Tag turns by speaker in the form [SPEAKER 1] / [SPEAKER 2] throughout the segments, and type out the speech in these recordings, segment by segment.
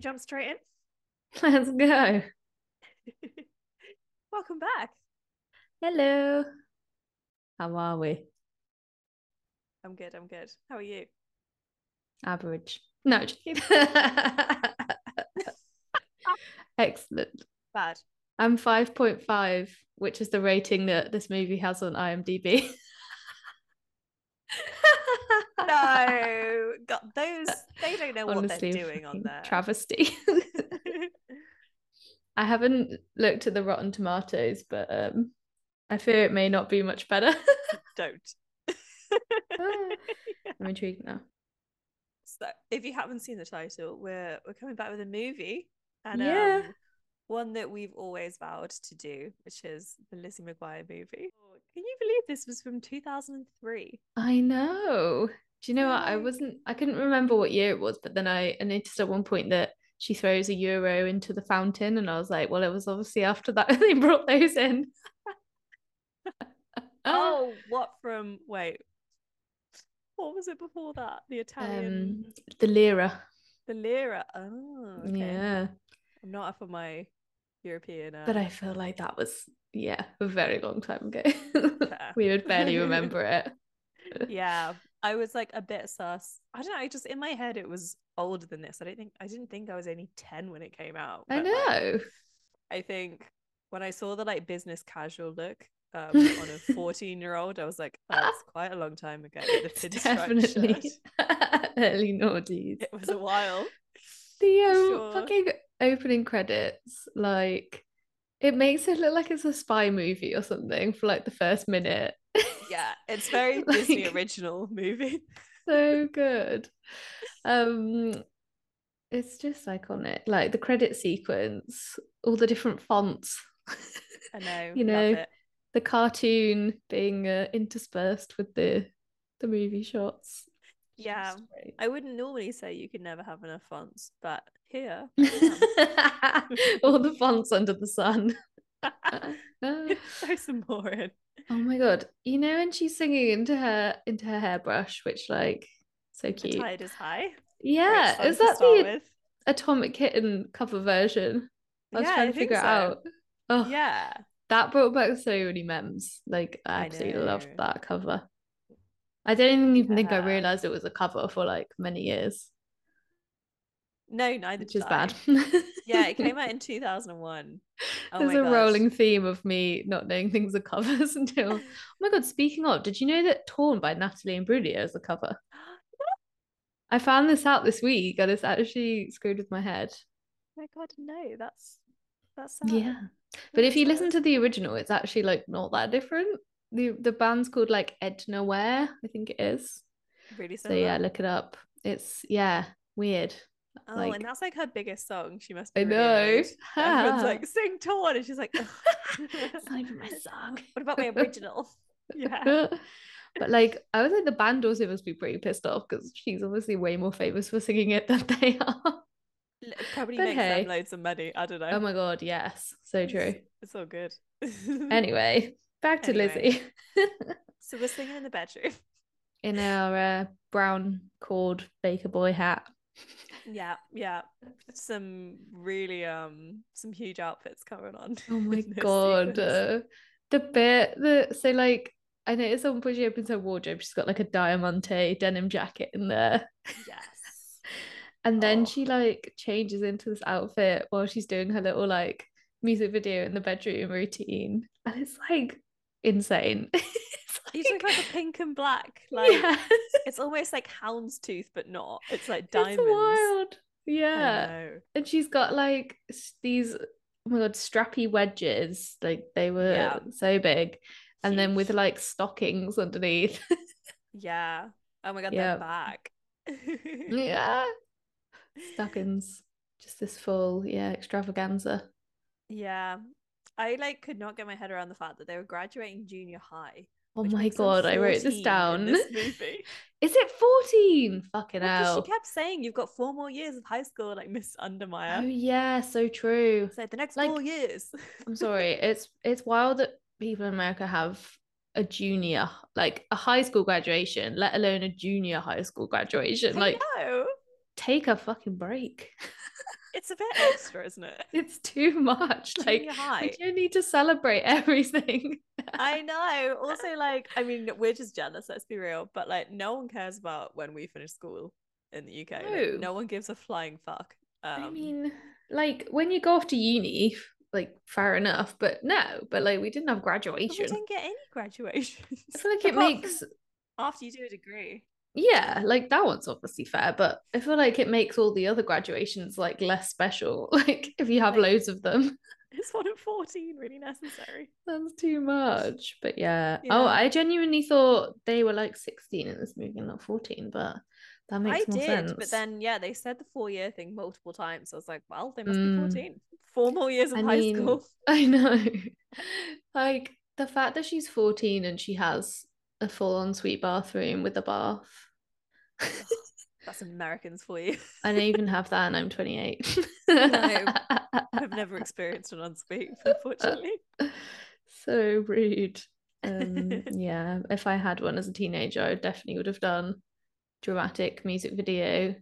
[SPEAKER 1] jump straight in?
[SPEAKER 2] Let's go.
[SPEAKER 1] Welcome back.
[SPEAKER 2] Hello. How are we?
[SPEAKER 1] I'm good. I'm good. How are you?
[SPEAKER 2] Average. No. just kidding. Excellent.
[SPEAKER 1] Bad.
[SPEAKER 2] I'm 5.5, which is the rating that this movie has on IMDb.
[SPEAKER 1] No, God, those they don't know
[SPEAKER 2] Honestly,
[SPEAKER 1] what they're doing on
[SPEAKER 2] fucking
[SPEAKER 1] there.
[SPEAKER 2] Travesty. I haven't looked at the Rotten Tomatoes, but um, I fear it may not be much better. Ah,
[SPEAKER 1] don't.
[SPEAKER 2] I'm intrigued now.
[SPEAKER 1] So, if you haven't seen the title, we're we're coming back with a movie and
[SPEAKER 2] Yeah.
[SPEAKER 1] um, one that we've always vowed to do, which is the Lizzie McGuire movie. Can you believe this was from 2003?
[SPEAKER 2] I know. Do you know what? I
[SPEAKER 1] Like-
[SPEAKER 2] wasn't, I couldn't remember what year it was, but then I, I noticed at one point that she throws a euro into the fountain, and I was like, well, it was obviously after that they brought those in.
[SPEAKER 1] Oh, what from? Wait, what was it before that? The Italian,
[SPEAKER 2] um, the lira.
[SPEAKER 1] the lira. Oh, okay.
[SPEAKER 2] Yeah.
[SPEAKER 1] I'm not up on my European. Uh,
[SPEAKER 2] But I feel like that was, yeah, a very long time ago.
[SPEAKER 1] Fair.
[SPEAKER 2] we would barely remember it.
[SPEAKER 1] yeah, I was like a bit sus. I don't know. I just in my head it was older than this. I don't think I didn't think I was only ten when it came out.
[SPEAKER 2] I
[SPEAKER 1] but, like,
[SPEAKER 2] know.
[SPEAKER 1] I think when I saw the like business casual look um, on a 14 year old, I was like, oh, that's quite a long time ago. The
[SPEAKER 2] It's
[SPEAKER 1] pinstripe
[SPEAKER 2] definitely
[SPEAKER 1] shirt.
[SPEAKER 2] early noughties.
[SPEAKER 1] It was a while.
[SPEAKER 2] the um,
[SPEAKER 1] Sure.
[SPEAKER 2] fucking opening credits like it makes it look like it's a spy movie or something for like the first minute
[SPEAKER 1] Yeah, it's very Disney
[SPEAKER 2] Like-
[SPEAKER 1] original movie.
[SPEAKER 2] so good um it's just iconic like the credit sequence all the different fonts
[SPEAKER 1] I know.
[SPEAKER 2] You
[SPEAKER 1] love
[SPEAKER 2] know,
[SPEAKER 1] it.
[SPEAKER 2] the cartoon being uh, interspersed with the the movie shots It's
[SPEAKER 1] Yeah.
[SPEAKER 2] just great.
[SPEAKER 1] I wouldn't normally say you can never have enough fonts, but here.
[SPEAKER 2] all the fonts under the sun Uh,
[SPEAKER 1] Throw some more in.
[SPEAKER 2] Oh my god. You know when she's singing into her into her hairbrush, which like so
[SPEAKER 1] The
[SPEAKER 2] cute.
[SPEAKER 1] tide is high.
[SPEAKER 2] Yeah.
[SPEAKER 1] Great
[SPEAKER 2] Is
[SPEAKER 1] song
[SPEAKER 2] that
[SPEAKER 1] to
[SPEAKER 2] the
[SPEAKER 1] start with.
[SPEAKER 2] Atomic Kitten cover version? I was
[SPEAKER 1] Yeah,
[SPEAKER 2] trying
[SPEAKER 1] I
[SPEAKER 2] to figure
[SPEAKER 1] think
[SPEAKER 2] it
[SPEAKER 1] so.
[SPEAKER 2] out. Oh
[SPEAKER 1] Yeah.
[SPEAKER 2] that brought back so many memes. Like I
[SPEAKER 1] I
[SPEAKER 2] absolutely loved
[SPEAKER 1] know.
[SPEAKER 2] that cover. I don't even think I
[SPEAKER 1] Yeah.
[SPEAKER 2] realised it was a cover for like many years,
[SPEAKER 1] No, neither
[SPEAKER 2] which
[SPEAKER 1] did
[SPEAKER 2] is bad.
[SPEAKER 1] I. yeah, it came out in 2001. Oh
[SPEAKER 2] There's
[SPEAKER 1] my
[SPEAKER 2] a
[SPEAKER 1] gosh.
[SPEAKER 2] rolling theme of me not knowing things are covers until Oh my god, speaking of, did you know that Torn by Natalie Imbruglia is a cover? I found this out this week and it's actually screwed with my head.
[SPEAKER 1] Oh my god, no, that's that's sad.
[SPEAKER 2] Yeah. But if you listen to the original, it's actually like not that different. The the band's called like Edna Ware, I think it is.
[SPEAKER 1] really
[SPEAKER 2] So yeah,
[SPEAKER 1] similar.
[SPEAKER 2] look it up. It's yeah, weird.
[SPEAKER 1] oh,
[SPEAKER 2] like-
[SPEAKER 1] and that's like her biggest song. She must be.
[SPEAKER 2] I
[SPEAKER 1] really
[SPEAKER 2] know.
[SPEAKER 1] annoyed. Everyone's
[SPEAKER 2] Ha.
[SPEAKER 1] like sing torn, and she's like,
[SPEAKER 2] it's not even my song.
[SPEAKER 1] what about my original? Yeah,
[SPEAKER 2] but like I was like the band also must be pretty pissed off because she's obviously way more famous for singing it than they are.
[SPEAKER 1] L- probably
[SPEAKER 2] But
[SPEAKER 1] makes
[SPEAKER 2] hey.
[SPEAKER 1] them loads of money. I don't know.
[SPEAKER 2] Oh my god, yes. So true.
[SPEAKER 1] It's, it's all good.
[SPEAKER 2] Anyway, back to
[SPEAKER 1] Anyway.
[SPEAKER 2] Lizzie.
[SPEAKER 1] so we're singing in the bedroom.
[SPEAKER 2] in our uh, brown cord baker boy hat.
[SPEAKER 1] Yeah, yeah. Some really um some huge outfits going on.
[SPEAKER 2] Oh my
[SPEAKER 1] in this
[SPEAKER 2] god.
[SPEAKER 1] sequence.
[SPEAKER 2] Uh, the bit the so like I noticed at one point she opens her wardrobe, she's got like a diamante denim jacket in there.
[SPEAKER 1] Yes.
[SPEAKER 2] And then
[SPEAKER 1] Oh.
[SPEAKER 2] she like changes into this outfit while she's doing her little like music video in the bedroom routine. And it's like insane. It's
[SPEAKER 1] You took like a pink and black, like
[SPEAKER 2] yeah,
[SPEAKER 1] it's almost like houndstooth, but not. It's like
[SPEAKER 2] it's
[SPEAKER 1] diamonds.
[SPEAKER 2] wild.
[SPEAKER 1] I
[SPEAKER 2] Yeah.
[SPEAKER 1] know.
[SPEAKER 2] and she's got like s- these oh my god strappy wedges like they were
[SPEAKER 1] Yeah.
[SPEAKER 2] so big and then with
[SPEAKER 1] Huge.
[SPEAKER 2] like stockings underneath
[SPEAKER 1] yeah. Oh my god,
[SPEAKER 2] Yeah.
[SPEAKER 1] they're back.
[SPEAKER 2] yeah stockings just this full yeah extravaganza
[SPEAKER 1] Yeah. I like could not get my head around the fact that they were graduating junior high.
[SPEAKER 2] oh
[SPEAKER 1] which
[SPEAKER 2] my
[SPEAKER 1] makes them
[SPEAKER 2] god i wrote
[SPEAKER 1] 14
[SPEAKER 2] this
[SPEAKER 1] in
[SPEAKER 2] down
[SPEAKER 1] this movie.
[SPEAKER 2] is it 14 fucking
[SPEAKER 1] Because she
[SPEAKER 2] hell
[SPEAKER 1] kept saying you've got four more years of high school, like Miss Undermeyer.
[SPEAKER 2] oh yeah so true
[SPEAKER 1] It's like the next
[SPEAKER 2] Like-
[SPEAKER 1] four years.
[SPEAKER 2] i'm sorry it's it's wild that people in america have a junior like a high school graduation let alone a junior high school graduation
[SPEAKER 1] I
[SPEAKER 2] like
[SPEAKER 1] know.
[SPEAKER 2] take a fucking break
[SPEAKER 1] It's a bit extra, isn't it?
[SPEAKER 2] It's too much.
[SPEAKER 1] Too
[SPEAKER 2] like
[SPEAKER 1] high.
[SPEAKER 2] we don't need to celebrate everything.
[SPEAKER 1] I know. Also, like, I mean, we're just jealous, let's be real, but like, no one cares about when we finish school in the UK. Like,
[SPEAKER 2] No.
[SPEAKER 1] no one gives a flying fuck. Um,
[SPEAKER 2] I mean, like when you go off to uni, like fair enough, but no, but like we didn't have
[SPEAKER 1] but we
[SPEAKER 2] graduation.
[SPEAKER 1] didn't get any graduations.
[SPEAKER 2] I feel like it
[SPEAKER 1] Apart from
[SPEAKER 2] makes
[SPEAKER 1] after you do a degree.
[SPEAKER 2] yeah, like that one's obviously fair, but I feel like it makes all the other graduations like less special. Like if you have
[SPEAKER 1] Like-
[SPEAKER 2] loads of them,
[SPEAKER 1] Is one in 14 really necessary?
[SPEAKER 2] that's too much. But yeah.
[SPEAKER 1] Yeah.
[SPEAKER 2] Oh, I genuinely thought they were like 16 in this movie, not 14, but that
[SPEAKER 1] I
[SPEAKER 2] makes more
[SPEAKER 1] did,
[SPEAKER 2] sense.
[SPEAKER 1] but then, yeah, they said the four year thing multiple times. I was like, well, they must
[SPEAKER 2] Mm.
[SPEAKER 1] be 14. Four more years of
[SPEAKER 2] I
[SPEAKER 1] high
[SPEAKER 2] mean,
[SPEAKER 1] school.
[SPEAKER 2] I know. Like the fact that she's 14 and she has a full ensuite bathroom with a bath.
[SPEAKER 1] That's Americans for you.
[SPEAKER 2] I don't even have that and I'm 28.
[SPEAKER 1] No. I've never experienced an unspeak, unfortunately.
[SPEAKER 2] so rude. Um, yeah, if I had one as a teenager, I definitely would have done dramatic music video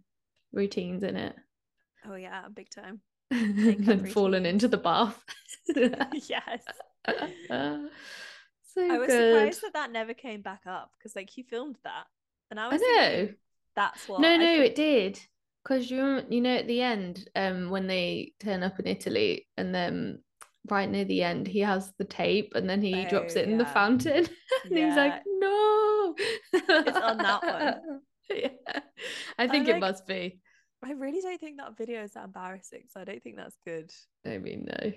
[SPEAKER 2] routines in it
[SPEAKER 1] Oh, yeah, big time.
[SPEAKER 2] and then
[SPEAKER 1] Makeup
[SPEAKER 2] fallen
[SPEAKER 1] routine.
[SPEAKER 2] into the bath.
[SPEAKER 1] yes.
[SPEAKER 2] so
[SPEAKER 1] I was
[SPEAKER 2] Oh, good.
[SPEAKER 1] surprised that that never came back up because, like, he filmed that. And I
[SPEAKER 2] I
[SPEAKER 1] was
[SPEAKER 2] know.
[SPEAKER 1] thinking, that's what.
[SPEAKER 2] no,
[SPEAKER 1] I
[SPEAKER 2] no,
[SPEAKER 1] thought-
[SPEAKER 2] it did. Because you remember, you know, at the end, um, when they turn up in Italy, and then right near the end, he has the tape, and then he drops
[SPEAKER 1] Oh,
[SPEAKER 2] it in the
[SPEAKER 1] yeah.
[SPEAKER 2] fountain, and he's
[SPEAKER 1] Yeah.
[SPEAKER 2] like, "No!" It's
[SPEAKER 1] on that
[SPEAKER 2] one. yeah, I think it
[SPEAKER 1] like-
[SPEAKER 2] must be.
[SPEAKER 1] I really don't think that video is that embarrassing. So I don't think that's good.
[SPEAKER 2] I mean, no.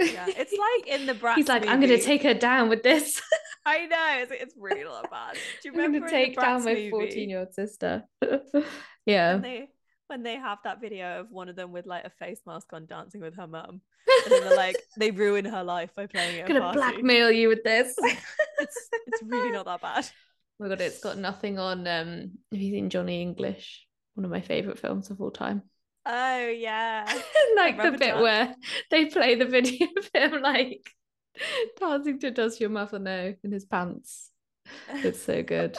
[SPEAKER 1] Yeah. It's like in the Bratz.
[SPEAKER 2] he's like, "I'm gonna
[SPEAKER 1] movie.
[SPEAKER 2] take her down with this.
[SPEAKER 1] I know. It's, it's really not bad. Do you
[SPEAKER 2] I'm
[SPEAKER 1] remember
[SPEAKER 2] gonna
[SPEAKER 1] in
[SPEAKER 2] take
[SPEAKER 1] the
[SPEAKER 2] down
[SPEAKER 1] Bratz
[SPEAKER 2] my
[SPEAKER 1] movie
[SPEAKER 2] 14 year old sister." yeah.
[SPEAKER 1] When they, when they have that video of one of them with like a face mask on dancing with her mum. And then they're like, they ruin her life by playing it. at a
[SPEAKER 2] gonna
[SPEAKER 1] party.
[SPEAKER 2] blackmail you with this.
[SPEAKER 1] It's, it's really not that bad.
[SPEAKER 2] Oh my god, it's got nothing on. Um, have you seen Johnny English? One of my favorite films of all time.
[SPEAKER 1] Oh, yeah.
[SPEAKER 2] like the
[SPEAKER 1] remember
[SPEAKER 2] bit
[SPEAKER 1] that.
[SPEAKER 2] where they play the video of him like dancing to "Does Your Mother Know" in his pants. It's so good.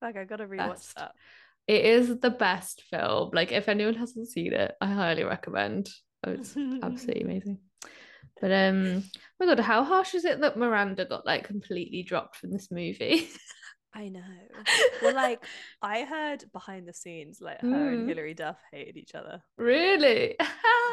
[SPEAKER 1] Fuck, I gotta rewatch
[SPEAKER 2] Best.
[SPEAKER 1] that.
[SPEAKER 2] it is the best film. Like, if anyone hasn't seen it, I highly recommend. Oh, it's absolutely amazing. But um, oh my god, how harsh is it that Miranda got like completely dropped from this movie?
[SPEAKER 1] I know. Well, like I heard behind the scenes, like her
[SPEAKER 2] Mm.
[SPEAKER 1] and Hilary Duff hated each other.
[SPEAKER 2] really?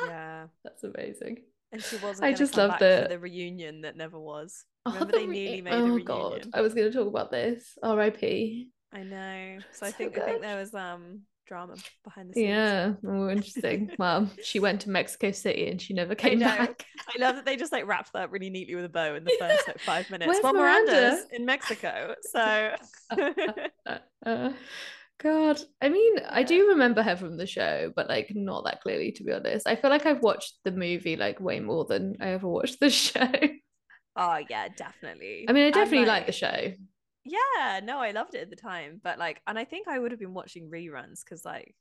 [SPEAKER 1] Yeah,
[SPEAKER 2] That's amazing.
[SPEAKER 1] and she wasn't.
[SPEAKER 2] I
[SPEAKER 1] gonna
[SPEAKER 2] just
[SPEAKER 1] come
[SPEAKER 2] love
[SPEAKER 1] back
[SPEAKER 2] that-
[SPEAKER 1] for the reunion that never was.
[SPEAKER 2] Oh,
[SPEAKER 1] Remember
[SPEAKER 2] the
[SPEAKER 1] they
[SPEAKER 2] re-
[SPEAKER 1] nearly made a
[SPEAKER 2] oh
[SPEAKER 1] reunion.
[SPEAKER 2] god, I was going to talk about this. R.I.P.
[SPEAKER 1] I know. So, I
[SPEAKER 2] So
[SPEAKER 1] think I think
[SPEAKER 2] good.
[SPEAKER 1] there was um drama behind the scenes.
[SPEAKER 2] Yeah, oh, interesting. Well, she went to Mexico City and she never came
[SPEAKER 1] know.
[SPEAKER 2] back.
[SPEAKER 1] I love that they just like wrapped that up really neatly with a bow in the first like five minutes.
[SPEAKER 2] Where's
[SPEAKER 1] well,
[SPEAKER 2] Miranda?
[SPEAKER 1] Miranda's in Mexico, so
[SPEAKER 2] Uh, uh, God, I mean, I
[SPEAKER 1] Yeah.
[SPEAKER 2] do remember her from the show, but like not that clearly, to be honest. I feel like I've watched the movie like way more than I ever watched the show. I
[SPEAKER 1] oh yeah, definitely.
[SPEAKER 2] mean, I
[SPEAKER 1] And,
[SPEAKER 2] definitely like the
[SPEAKER 1] like,
[SPEAKER 2] show.
[SPEAKER 1] Yeah, no, I loved it at the time, but like, and I think I would have been watching reruns because like.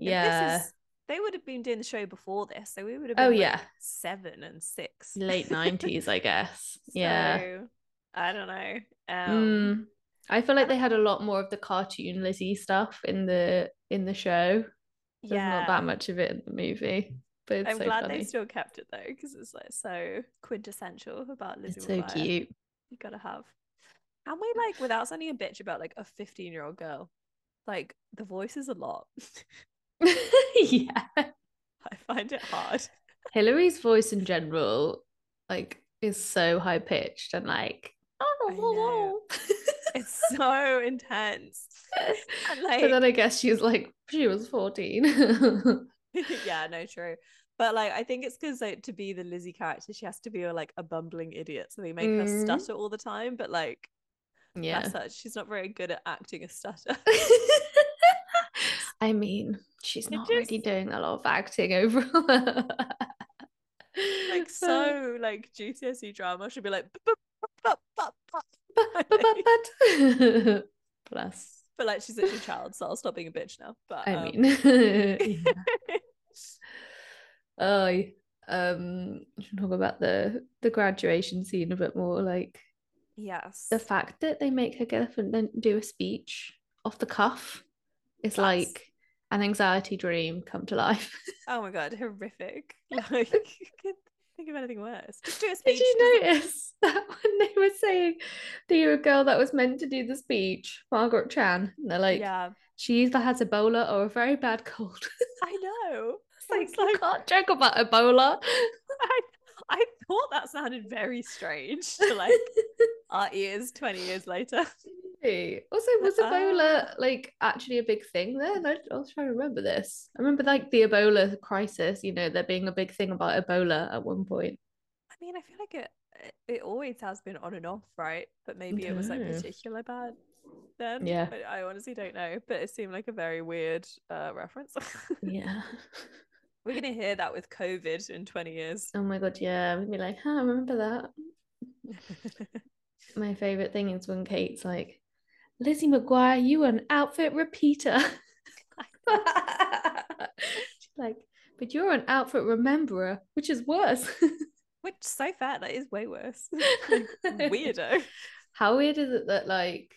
[SPEAKER 1] if this
[SPEAKER 2] Yeah,
[SPEAKER 1] is- they would have been doing the show before this, so we would have been
[SPEAKER 2] Oh,
[SPEAKER 1] like,
[SPEAKER 2] yeah.
[SPEAKER 1] seven and six,
[SPEAKER 2] late 90s, I guess. Yeah.
[SPEAKER 1] So, I don't know. Um,
[SPEAKER 2] Mm. I feel like they had a lot more of the cartoon Lizzie stuff in the in the show. There's
[SPEAKER 1] yeah,
[SPEAKER 2] not that much of it in the movie, but it's
[SPEAKER 1] I'm
[SPEAKER 2] so
[SPEAKER 1] glad
[SPEAKER 2] funny.
[SPEAKER 1] they still kept it though because it's like so quintessential about Lizzie.
[SPEAKER 2] it's so
[SPEAKER 1] McGuire.
[SPEAKER 2] cute.
[SPEAKER 1] You gotta have. And we like without sounding a bitch about like a 15 year old girl, like the voice is a lot.
[SPEAKER 2] yeah,
[SPEAKER 1] I find it hard.
[SPEAKER 2] Hillary's voice in general, like, is so high pitched and like. "Oh,
[SPEAKER 1] I know. It's so intense. And like,
[SPEAKER 2] but then I guess she's like she was fourteen.
[SPEAKER 1] yeah, no, true. But like, I think it's because like to be the Lizzie character, she has to be like a bumbling idiot, so they make her
[SPEAKER 2] Mm.
[SPEAKER 1] stutter all the time. But like,
[SPEAKER 2] yeah.
[SPEAKER 1] that's her. She's not very good at acting a stutter.
[SPEAKER 2] I mean, she's
[SPEAKER 1] I
[SPEAKER 2] not
[SPEAKER 1] just-
[SPEAKER 2] really doing a lot of acting overall.
[SPEAKER 1] like so, like GCSE E drama should be like, "Bup, bup, bup, bup,
[SPEAKER 2] But,
[SPEAKER 1] bup,"
[SPEAKER 2] but, but, but. Plus,
[SPEAKER 1] but like she's actually a child, so I'll stop being a bitch now. But
[SPEAKER 2] I
[SPEAKER 1] um,
[SPEAKER 2] mean, yeah. oh, y- um, we should talk about the the graduation scene a bit more. Like
[SPEAKER 1] yes,
[SPEAKER 2] the fact that they make her get up and then do a speech off the cuff is
[SPEAKER 1] That's-
[SPEAKER 2] like an anxiety dream come to life.
[SPEAKER 1] Oh my god, horrific. Like you can't think of anything worse. Just do a speech.
[SPEAKER 2] Did you notice that when they were saying the girl that was meant to do the speech, Margaret Chan, and they're like,
[SPEAKER 1] yeah.
[SPEAKER 2] she either has Ebola or a very bad cold.
[SPEAKER 1] I know.
[SPEAKER 2] It's like,
[SPEAKER 1] It's
[SPEAKER 2] you
[SPEAKER 1] like-
[SPEAKER 2] can't joke about Ebola.
[SPEAKER 1] I, I thought that sounded very strange to like our ears 20 years later.
[SPEAKER 2] Really? Also, was
[SPEAKER 1] Uh-uh.
[SPEAKER 2] Ebola like actually a big thing then? I, I was trying to remember this. I remember like the Ebola crisis, you know, there being a big thing about Ebola at one point.
[SPEAKER 1] I mean, I feel like it it always has been on and off, right? But maybe it was like
[SPEAKER 2] Dunno.
[SPEAKER 1] particular bad then.
[SPEAKER 2] Yeah.
[SPEAKER 1] But I honestly don't know. But it seemed like a very weird uh, reference.
[SPEAKER 2] Yeah.
[SPEAKER 1] We're gonna hear that with COVID in 20 years.
[SPEAKER 2] Oh my God. Yeah. We'd be like, huh, I remember that. My favorite thing is when Kate's like, Lizzie McGuire, you are an outfit repeater. She's like, but you're an outfit rememberer, which is worse.
[SPEAKER 1] Which so fat that is way worse. Like, Weirdo.
[SPEAKER 2] How weird is it that like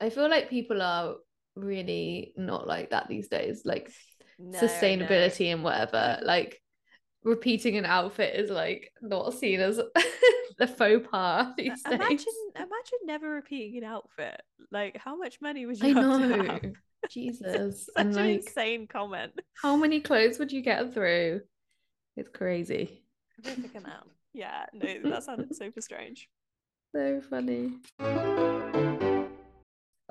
[SPEAKER 2] I feel like people are really not like that these days, like
[SPEAKER 1] No, no.
[SPEAKER 2] sustainability and whatever. Like repeating an outfit is like not seen as the faux pas
[SPEAKER 1] Uh,
[SPEAKER 2] these days.
[SPEAKER 1] Imagine, imagine never repeating an outfit. Like, how much money would
[SPEAKER 2] I
[SPEAKER 1] you have to
[SPEAKER 2] know.
[SPEAKER 1] have?
[SPEAKER 2] Jesus.
[SPEAKER 1] Such an
[SPEAKER 2] and like
[SPEAKER 1] insane comment.
[SPEAKER 2] how many clothes would you get through? It's crazy.
[SPEAKER 1] Horrific amount. Yeah, no, that sounded super strange.
[SPEAKER 2] So funny. Oh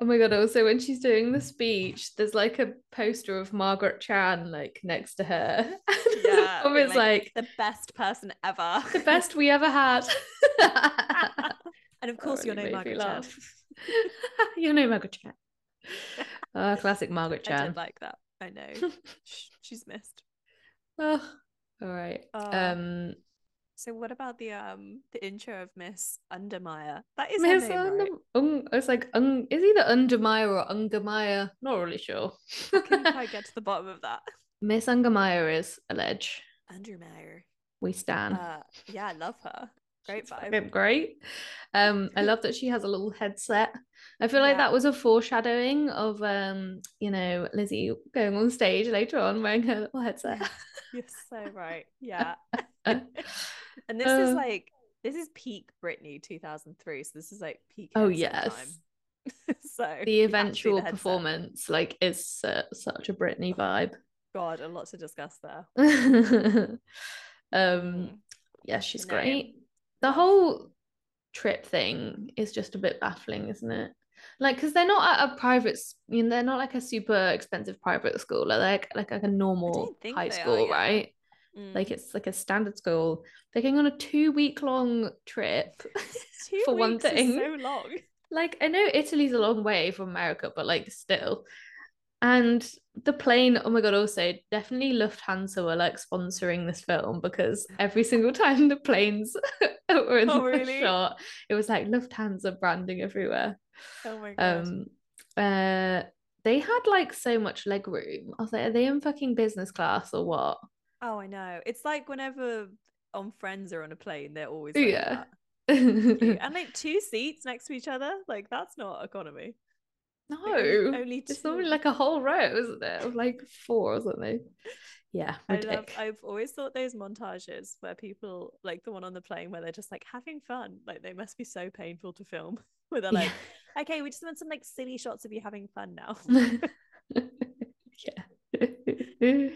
[SPEAKER 2] my god, also when she's doing the speech, there's like a poster of Margaret Chan like next to her.
[SPEAKER 1] Yeah,
[SPEAKER 2] and it's like,
[SPEAKER 1] The best person ever.
[SPEAKER 2] the best we ever had.
[SPEAKER 1] and of course, your
[SPEAKER 2] really
[SPEAKER 1] name
[SPEAKER 2] made me
[SPEAKER 1] Margaret Chan.
[SPEAKER 2] you know Margaret Chan. Ah, classic Margaret
[SPEAKER 1] I
[SPEAKER 2] Chan.
[SPEAKER 1] did like that. I know. Sh- She's missed.
[SPEAKER 2] Oh, all right.
[SPEAKER 1] Uh,
[SPEAKER 2] Um
[SPEAKER 1] so what about the um the intro of Miss Undermeyer? That is
[SPEAKER 2] Miss
[SPEAKER 1] her name, right?
[SPEAKER 2] Undem- Ung- it's like Ung- is either Undermeyer or Ungermeyer? Not really sure.
[SPEAKER 1] Couldn't quite get to the bottom of that.
[SPEAKER 2] Miss Ungermeyer is alleged.
[SPEAKER 1] Undermeyer.
[SPEAKER 2] We stand.
[SPEAKER 1] Uh, yeah, I love her. Great
[SPEAKER 2] Um, She's
[SPEAKER 1] vibe.
[SPEAKER 2] fucking great. Um, I love that she has a little headset. I feel like
[SPEAKER 1] Yeah.
[SPEAKER 2] that was a foreshadowing of um, you know, Lizzie going on stage later on wearing her little headset.
[SPEAKER 1] You're so right. Yeah.
[SPEAKER 2] Uh,
[SPEAKER 1] And this is
[SPEAKER 2] Uh,
[SPEAKER 1] like this is peak Britney 2003. So this is like peak.
[SPEAKER 2] oh
[SPEAKER 1] headset
[SPEAKER 2] yes.
[SPEAKER 1] time. so
[SPEAKER 2] The
[SPEAKER 1] you have to do the
[SPEAKER 2] eventual
[SPEAKER 1] headset.
[SPEAKER 2] performance, like, is uh, such a Britney vibe.
[SPEAKER 1] God, a lot to discuss there. Mm.
[SPEAKER 2] um, yeah, she's
[SPEAKER 1] No.
[SPEAKER 2] great. The whole trip thing is just a bit baffling, isn't it? Like, because they're not at a private, s- you know, they're not like a super expensive private school. They're like like, like a normal
[SPEAKER 1] think
[SPEAKER 2] high
[SPEAKER 1] they are,
[SPEAKER 2] school,
[SPEAKER 1] yeah.
[SPEAKER 2] right?
[SPEAKER 1] Mm.
[SPEAKER 2] Like it's like a standard school. They're going on a two week long trip.
[SPEAKER 1] mm. Two
[SPEAKER 2] for one
[SPEAKER 1] weeks is
[SPEAKER 2] thing.
[SPEAKER 1] so long.
[SPEAKER 2] like I know Italy's a long way from America, but like still. And the plane, oh my god, also definitely Lufthansa were like sponsoring this film because every single time the planes were in
[SPEAKER 1] Oh,
[SPEAKER 2] the
[SPEAKER 1] really?
[SPEAKER 2] shot, it was like Lufthansa branding everywhere.
[SPEAKER 1] Oh my god.
[SPEAKER 2] Um uh they had like so much leg room. I was like, are they in fucking business class or what?
[SPEAKER 1] oh, I know. It's like whenever on Friends are on a plane, they're always like
[SPEAKER 2] Yeah.
[SPEAKER 1] that. Cute. and like two seats next to each other. Like that's not economy.
[SPEAKER 2] no.
[SPEAKER 1] Like, only, only two.
[SPEAKER 2] it's normally like a whole row, isn't it? Of like four or something. Yeah.
[SPEAKER 1] I
[SPEAKER 2] ridic.
[SPEAKER 1] love. I've always thought those montages where people like the one on the plane where they're just like having fun. Like they must be so painful to film. Where they're
[SPEAKER 2] Yeah.
[SPEAKER 1] like, okay, we just want some like silly shots of you having fun now.
[SPEAKER 2] yeah. this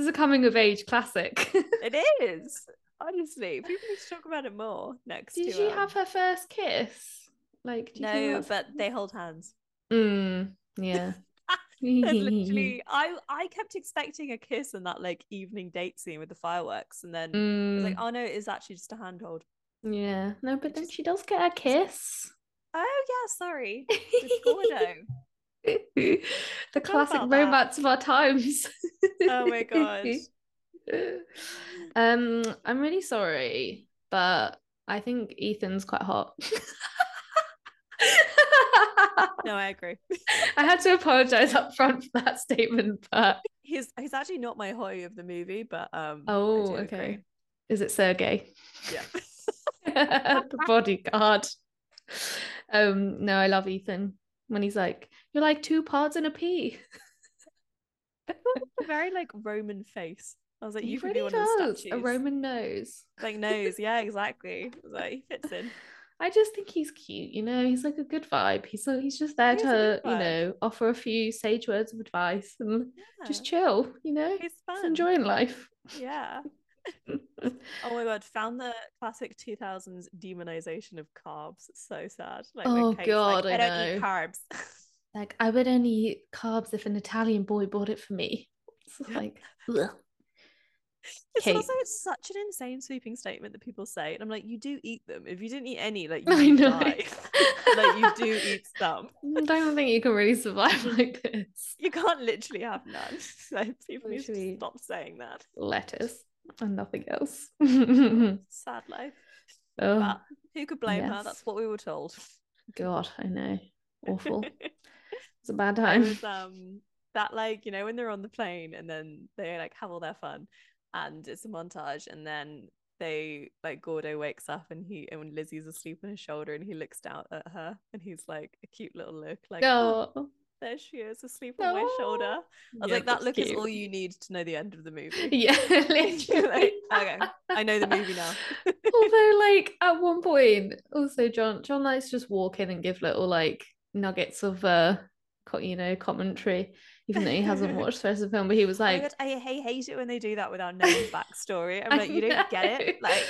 [SPEAKER 2] is a coming of age classic.
[SPEAKER 1] it is honestly. People need to talk about it more next.
[SPEAKER 2] Did
[SPEAKER 1] to,
[SPEAKER 2] she
[SPEAKER 1] um,
[SPEAKER 2] have her first kiss? Like, do you think
[SPEAKER 1] No,
[SPEAKER 2] that's-
[SPEAKER 1] but they hold hands.
[SPEAKER 2] Mm, yeah.
[SPEAKER 1] There's literally, I I kept expecting a kiss in that like evening date scene with the fireworks, and then I was like,
[SPEAKER 2] Mm,
[SPEAKER 1] oh no, it's actually just a handhold.
[SPEAKER 2] yeah. No, but then
[SPEAKER 1] just-
[SPEAKER 2] she does get a kiss.
[SPEAKER 1] Oh yeah, sorry, Discordo.
[SPEAKER 2] the classic
[SPEAKER 1] about that.
[SPEAKER 2] romance of our times.
[SPEAKER 1] oh my god.
[SPEAKER 2] Um, I'm really sorry, but I think Ethan's quite hot.
[SPEAKER 1] No, I agree.
[SPEAKER 2] I had to apologize up front for that statement, but
[SPEAKER 1] He's he's actually not my hoy of the movie, but um. I
[SPEAKER 2] oh,
[SPEAKER 1] do agree.
[SPEAKER 2] okay. Is it Sergey?
[SPEAKER 1] Yeah.
[SPEAKER 2] the bodyguard. Um, no, I love Ethan. when he's like, "You're like two parts and a pea."
[SPEAKER 1] Very like Roman face. I was like,
[SPEAKER 2] He
[SPEAKER 1] you can
[SPEAKER 2] really
[SPEAKER 1] be one of the
[SPEAKER 2] does.
[SPEAKER 1] statues.
[SPEAKER 2] A Roman nose.
[SPEAKER 1] like nose, yeah, exactly. I was like, he fits in.
[SPEAKER 2] I just think he's cute, you know. He's like a good vibe. He's like, he's just there
[SPEAKER 1] He is a
[SPEAKER 2] to,
[SPEAKER 1] good
[SPEAKER 2] you
[SPEAKER 1] vibe.
[SPEAKER 2] know, offer a few sage words of advice and just
[SPEAKER 1] Yeah,
[SPEAKER 2] chill, you know.
[SPEAKER 1] he's
[SPEAKER 2] Just
[SPEAKER 1] fun.
[SPEAKER 2] enjoying life.
[SPEAKER 1] Yeah. Oh my god, found the classic 2000s demonization of carbs. So sad. Like when
[SPEAKER 2] Oh
[SPEAKER 1] Kate's like,
[SPEAKER 2] God, I
[SPEAKER 1] I don't eat
[SPEAKER 2] know.
[SPEAKER 1] carbs.
[SPEAKER 2] like I would only eat carbs if an Italian boy bought it for me. It's just
[SPEAKER 1] Yeah.
[SPEAKER 2] like, ugh.
[SPEAKER 1] It's
[SPEAKER 2] Kate.
[SPEAKER 1] also such an insane sweeping statement that people say, and I'm like, you do eat them. If you didn't eat any, like you
[SPEAKER 2] I
[SPEAKER 1] would
[SPEAKER 2] know.
[SPEAKER 1] die. like you do eat some.
[SPEAKER 2] I don't think you can really survive like this.
[SPEAKER 1] You can't literally have none. So people need to
[SPEAKER 2] Literally.
[SPEAKER 1] stop saying that.
[SPEAKER 2] Lettuce and nothing else.
[SPEAKER 1] Sad life.
[SPEAKER 2] oh
[SPEAKER 1] But who could blame her?
[SPEAKER 2] yes.
[SPEAKER 1] That's what we were told.
[SPEAKER 2] God, I know. Awful. It's a bad
[SPEAKER 1] I
[SPEAKER 2] time.
[SPEAKER 1] was um that like you know when they're on the plane and then they like have all their fun and it's a montage and then they like Gordo wakes up and he and when Lizzie's asleep on his shoulder and he looks down at her and he's like a cute little look like oh,
[SPEAKER 2] oh,
[SPEAKER 1] there she is asleep on my shoulder. I was
[SPEAKER 2] yeah,
[SPEAKER 1] like that
[SPEAKER 2] that's
[SPEAKER 1] look is
[SPEAKER 2] cute.
[SPEAKER 1] all you need to know the end of the movie.
[SPEAKER 2] Yeah,
[SPEAKER 1] Like,
[SPEAKER 2] literally.
[SPEAKER 1] okay, I know the movie now.
[SPEAKER 2] Although, like at one point, also John John likes to just walk in and give little like nuggets of uh, co- you know, commentary, even though he hasn't watched the rest of the film. But he was
[SPEAKER 1] Oh my
[SPEAKER 2] like,
[SPEAKER 1] God, I ha- hate it when they do that without knowing backstory. I'm
[SPEAKER 2] I
[SPEAKER 1] like, you don't get it.
[SPEAKER 2] know.
[SPEAKER 1] Like,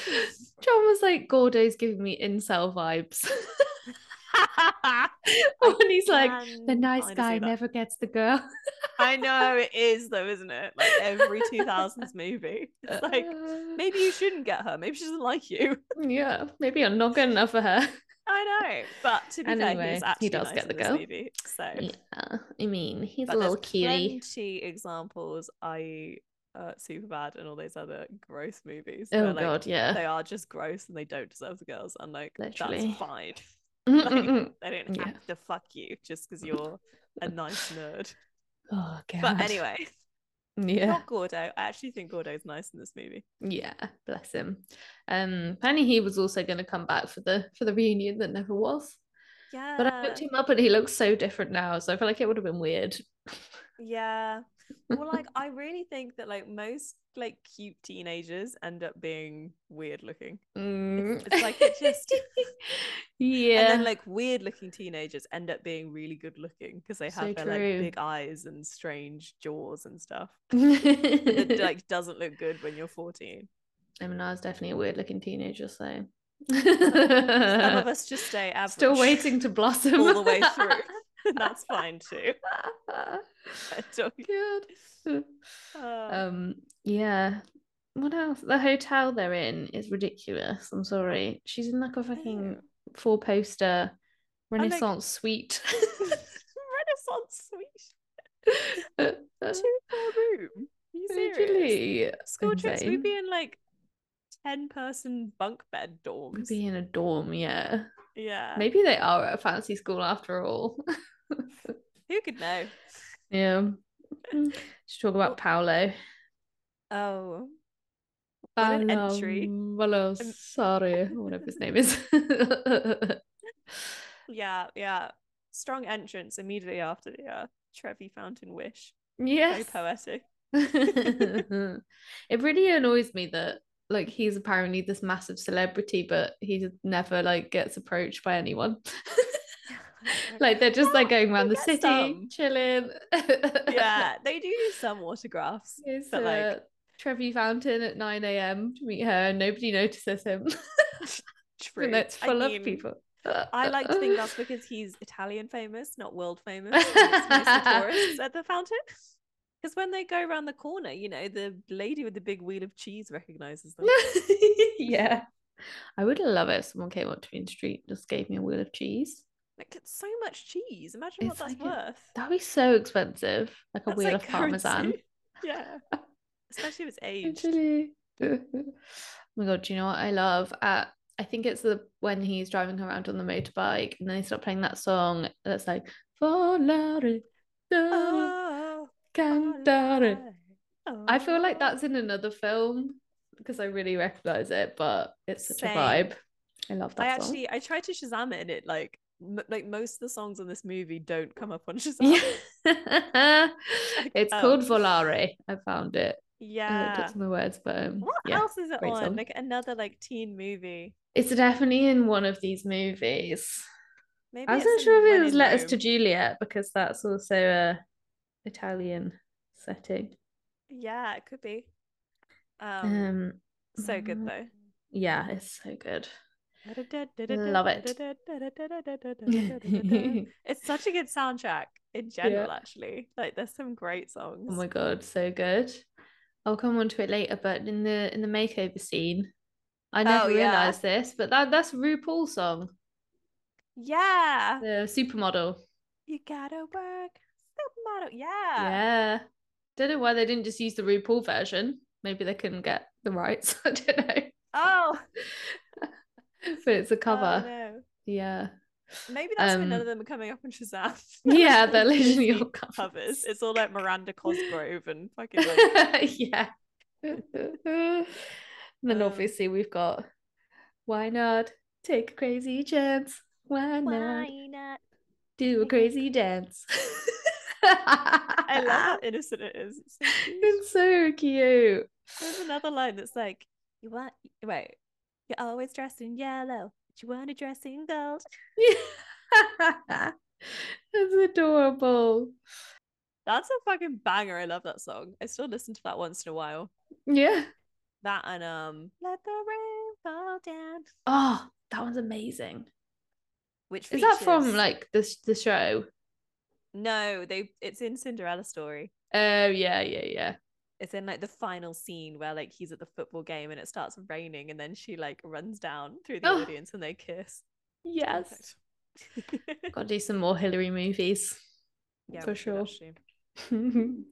[SPEAKER 2] John was like, Gordo's giving me incel vibes.
[SPEAKER 1] I
[SPEAKER 2] and he's like, the
[SPEAKER 1] can
[SPEAKER 2] nice
[SPEAKER 1] kinda
[SPEAKER 2] guy
[SPEAKER 1] see that.
[SPEAKER 2] never gets the girl.
[SPEAKER 1] I know it is though, isn't it? Like every 2000s movie. It's like
[SPEAKER 2] Uh,
[SPEAKER 1] maybe you shouldn't get her. Maybe she doesn't like you.
[SPEAKER 2] yeah, maybe I'm not good enough for her.
[SPEAKER 1] I know, but to be fair,
[SPEAKER 2] Anyway,
[SPEAKER 1] he is
[SPEAKER 2] he
[SPEAKER 1] actually
[SPEAKER 2] does
[SPEAKER 1] nice
[SPEAKER 2] get the
[SPEAKER 1] in this
[SPEAKER 2] girl.
[SPEAKER 1] movie. So,
[SPEAKER 2] Yeah, I mean, he's
[SPEAKER 1] but
[SPEAKER 2] a
[SPEAKER 1] there's
[SPEAKER 2] little cutie.
[SPEAKER 1] plenty examples, i.e., uh, Superbad and all those other gross movies.
[SPEAKER 2] Oh
[SPEAKER 1] where, like,
[SPEAKER 2] god, yeah.
[SPEAKER 1] they are just gross and they don't deserve the girls. And like,
[SPEAKER 2] Literally.
[SPEAKER 1] that's fine.
[SPEAKER 2] Mm,
[SPEAKER 1] like-
[SPEAKER 2] mm, mm.
[SPEAKER 1] They don't
[SPEAKER 2] Yeah.
[SPEAKER 1] have to fuck you just because you're a nice nerd.
[SPEAKER 2] Oh god.
[SPEAKER 1] But anyway, Oh.
[SPEAKER 2] yeah,
[SPEAKER 1] not Gordo. I actually think Gordo's nice in this movie.
[SPEAKER 2] yeah. Bless him. Um, apparently he was also going to come back for the for the reunion that never was.
[SPEAKER 1] Yeah.
[SPEAKER 2] But I looked him up and he looks so different now, so I feel like it would have been weird.
[SPEAKER 1] Yeah. Well, like I really think that like most like cute teenagers end up being weird looking.
[SPEAKER 2] Mm.
[SPEAKER 1] it's like it just-
[SPEAKER 2] yeah.
[SPEAKER 1] And then like weird looking teenagers end up being really good looking because they have
[SPEAKER 2] So
[SPEAKER 1] their
[SPEAKER 2] true.
[SPEAKER 1] like big eyes and strange jaws and stuff. That like doesn't look good when you're 14.
[SPEAKER 2] I mean, I was definitely a weird-looking teenager, so
[SPEAKER 1] Some of us just stay average.
[SPEAKER 2] still waiting to blossom
[SPEAKER 1] all the way through. That's fine too. I don't-
[SPEAKER 2] Good.
[SPEAKER 1] Uh,
[SPEAKER 2] Um, yeah. What else? The hotel they're in is ridiculous. I'm sorry. She's in like a fucking four-poster
[SPEAKER 1] like-
[SPEAKER 2] Renaissance suite.
[SPEAKER 1] Renaissance suite two per room. Are you serious?
[SPEAKER 2] Uh, Literally.
[SPEAKER 1] School trips,
[SPEAKER 2] Insane.
[SPEAKER 1] we'd be in like 10 person bunk bed dorms.
[SPEAKER 2] Could be in a dorm, yeah.
[SPEAKER 1] Yeah.
[SPEAKER 2] Maybe they are at a fancy school after all.
[SPEAKER 1] Who could know?
[SPEAKER 2] Yeah. Mm. Should talk about Paolo.
[SPEAKER 1] Oh, What an entry.
[SPEAKER 2] Paolo Sarri, or whatever his name is.
[SPEAKER 1] yeah, yeah. Strong entrance immediately after the uh, Trevi Fountain Wish. Very
[SPEAKER 2] yes.
[SPEAKER 1] poetic.
[SPEAKER 2] it really annoys me that like he's apparently this massive celebrity, but he never like gets approached by anyone. like they're just like
[SPEAKER 1] Oh,
[SPEAKER 2] going around
[SPEAKER 1] we
[SPEAKER 2] the
[SPEAKER 1] get
[SPEAKER 2] city,
[SPEAKER 1] some.
[SPEAKER 2] chilling.
[SPEAKER 1] Yeah, they do do some autographs.
[SPEAKER 2] Here's
[SPEAKER 1] But, like-
[SPEAKER 2] uh, Trevi Fountain at 9 a.m. to meet her, and nobody notices him.
[SPEAKER 1] True.
[SPEAKER 2] Even though it's
[SPEAKER 1] I
[SPEAKER 2] full
[SPEAKER 1] mean,
[SPEAKER 2] of people.
[SPEAKER 1] I like to think that's because he's Italian famous, not world famous. and it's mostly tourists at the fountain. Because when they go around the corner, you know, the lady with the big wheel of cheese recognizes them.
[SPEAKER 2] yeah. I would love it if someone came up to me in the street and just gave me a wheel of cheese.
[SPEAKER 1] Like it's so much cheese. Imagine
[SPEAKER 2] It's
[SPEAKER 1] what that's
[SPEAKER 2] like a-
[SPEAKER 1] worth.
[SPEAKER 2] That would be so expensive. Like a
[SPEAKER 1] That's
[SPEAKER 2] wheel
[SPEAKER 1] like
[SPEAKER 2] of parmesan.
[SPEAKER 1] currency. Yeah. Especially if it's aged.
[SPEAKER 2] Literally. oh my god, do you know what I love? At I think it's the when he's driving around on the motorbike and then they start playing that song that's like Volare
[SPEAKER 1] Ah,
[SPEAKER 2] da
[SPEAKER 1] Oh,
[SPEAKER 2] cantare.
[SPEAKER 1] oh,
[SPEAKER 2] I feel like
[SPEAKER 1] oh.
[SPEAKER 2] that's in another film because I really recognize it, but it's such
[SPEAKER 1] Same.
[SPEAKER 2] a vibe. I love that
[SPEAKER 1] I
[SPEAKER 2] song.
[SPEAKER 1] actually I tried to Shazam it and it like m- like most of the songs in this movie don't come up on Shazam.
[SPEAKER 2] Yeah. it's
[SPEAKER 1] um,
[SPEAKER 2] called Volare. I found it. I looked
[SPEAKER 1] Yeah.
[SPEAKER 2] at some of the words, but um,
[SPEAKER 1] What
[SPEAKER 2] yeah.
[SPEAKER 1] else is it
[SPEAKER 2] great
[SPEAKER 1] on?
[SPEAKER 2] song.
[SPEAKER 1] Like another like teen movie.
[SPEAKER 2] It's definitely in one of these movies.
[SPEAKER 1] Maybe
[SPEAKER 2] I
[SPEAKER 1] it's
[SPEAKER 2] wasn't
[SPEAKER 1] in
[SPEAKER 2] sure if
[SPEAKER 1] Men
[SPEAKER 2] it was
[SPEAKER 1] in
[SPEAKER 2] Letters
[SPEAKER 1] Rome.
[SPEAKER 2] to Juliet because that's also a Italian setting.
[SPEAKER 1] Yeah, it could be. Um,
[SPEAKER 2] Um,
[SPEAKER 1] so good
[SPEAKER 2] mm,
[SPEAKER 1] though.
[SPEAKER 2] Yeah, it's so good.
[SPEAKER 1] Love
[SPEAKER 2] oh
[SPEAKER 1] It's such a good soundtrack in general,
[SPEAKER 2] Yeah. Oh
[SPEAKER 1] actually. Like there's some great songs.
[SPEAKER 2] my god, so good. I'll come on to it later, but in the in the makeover scene, I never
[SPEAKER 1] Oh, yeah.
[SPEAKER 2] realized this, but that that's RuPaul's song,
[SPEAKER 1] Yeah.
[SPEAKER 2] the supermodel.
[SPEAKER 1] You gotta work. Supermodel. Yeah.
[SPEAKER 2] Yeah. Don't know why they didn't just use the RuPaul version. Maybe they couldn't get the rights. I don't know.
[SPEAKER 1] Oh,
[SPEAKER 2] But it's a
[SPEAKER 1] oh,
[SPEAKER 2] cover.
[SPEAKER 1] no.
[SPEAKER 2] Yeah.
[SPEAKER 1] Maybe that's why none
[SPEAKER 2] Um,
[SPEAKER 1] of them are coming up on Shazam.
[SPEAKER 2] Yeah,
[SPEAKER 1] They're
[SPEAKER 2] they're
[SPEAKER 1] just
[SPEAKER 2] literally
[SPEAKER 1] literally
[SPEAKER 2] all covers.
[SPEAKER 1] covers. It's all like Miranda Cosgrove and fucking like
[SPEAKER 2] yeah. and then
[SPEAKER 1] Um,
[SPEAKER 2] obviously we've got why not take a crazy chance? Why not
[SPEAKER 1] not?
[SPEAKER 2] do a
[SPEAKER 1] Take a
[SPEAKER 2] crazy dance?
[SPEAKER 1] I
[SPEAKER 2] I
[SPEAKER 1] love how innocent it is. It's so cute.
[SPEAKER 2] It's so cute.
[SPEAKER 1] There's another line that's like, you want wait, you're always dressed in yellow, but you want to dress in gold.
[SPEAKER 2] That's adorable.
[SPEAKER 1] That's a fucking banger. I love that song. I still listen to that once in a while.
[SPEAKER 2] Yeah.
[SPEAKER 1] That and um, let the rain fall down.
[SPEAKER 2] Oh, that one's amazing.
[SPEAKER 1] Which
[SPEAKER 2] Is that from
[SPEAKER 1] features-
[SPEAKER 2] like the sh- the show?
[SPEAKER 1] No, they. It's in Cinderella story.
[SPEAKER 2] Oh yeah, yeah, yeah.
[SPEAKER 1] It's in like the final scene where like he's at the football game and it starts raining and then she like runs down through the
[SPEAKER 2] Oh.
[SPEAKER 1] audience and they kiss.
[SPEAKER 2] Yes.
[SPEAKER 1] Perfect.
[SPEAKER 2] Gotta do some more Hillary movies.
[SPEAKER 1] yeah,
[SPEAKER 2] for
[SPEAKER 1] we should
[SPEAKER 2] sure.
[SPEAKER 1] actually.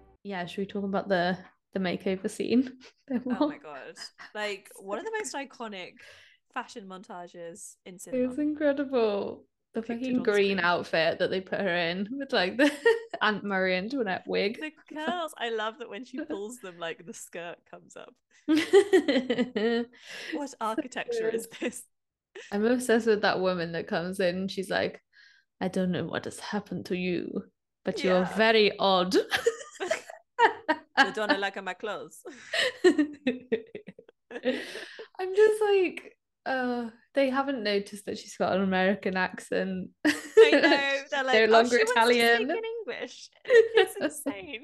[SPEAKER 2] yeah, should we talk about the the makeover scene?
[SPEAKER 1] Oh my god. Like one of the
[SPEAKER 2] So
[SPEAKER 1] most iconic fashion montages in
[SPEAKER 2] It was
[SPEAKER 1] cinema.
[SPEAKER 2] incredible. The
[SPEAKER 1] Depicted
[SPEAKER 2] fucking
[SPEAKER 1] on the
[SPEAKER 2] green
[SPEAKER 1] screen.
[SPEAKER 2] outfit that they put her in with like the Aunt Marie Antoinette wig.
[SPEAKER 1] The curls, I love that when she pulls them, like the skirt comes up. What architecture is this?
[SPEAKER 2] I'm obsessed with that woman that comes in. and She's like, I don't know what has happened to you, but you're
[SPEAKER 1] Yeah.
[SPEAKER 2] very odd.
[SPEAKER 1] The Donna like on my clothes.
[SPEAKER 2] I'm just like, uh, they haven't noticed that she's got an American accent.
[SPEAKER 1] I know. They're like,
[SPEAKER 2] They're
[SPEAKER 1] "Oh,
[SPEAKER 2] longer
[SPEAKER 1] she wants to speak
[SPEAKER 2] Italian."
[SPEAKER 1] in English. It's insane.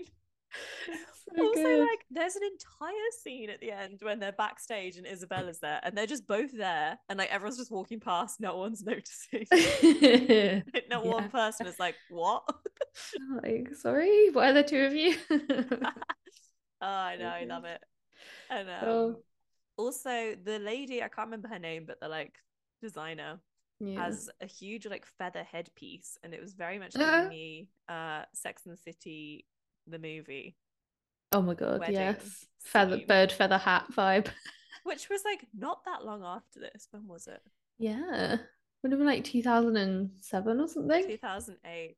[SPEAKER 2] So
[SPEAKER 1] also,
[SPEAKER 2] Oh good.
[SPEAKER 1] like, there's an entire scene at the end when they're backstage and Isabella's there, and they're just both there, and like everyone's just walking past, no one's noticing. Not one
[SPEAKER 2] Yeah.
[SPEAKER 1] person is like, what?
[SPEAKER 2] I'm like, sorry, what are the two of you?
[SPEAKER 1] Oh, I know, I
[SPEAKER 2] Mhm.
[SPEAKER 1] love it. And um,
[SPEAKER 2] Oh.
[SPEAKER 1] also the lady, I can't remember her name, but the like designer
[SPEAKER 2] Yeah.
[SPEAKER 1] has a huge like feather headpiece, and it was very much
[SPEAKER 2] Uh-huh.
[SPEAKER 1] giving me uh Sex and the City the movie,
[SPEAKER 2] oh my god,
[SPEAKER 1] wedding
[SPEAKER 2] yes. Feather
[SPEAKER 1] scene.
[SPEAKER 2] bird feather hat vibe.
[SPEAKER 1] which was like not that long after this. When was it?
[SPEAKER 2] Yeah. Would have been like 2007 or something.
[SPEAKER 1] Two thousand eight.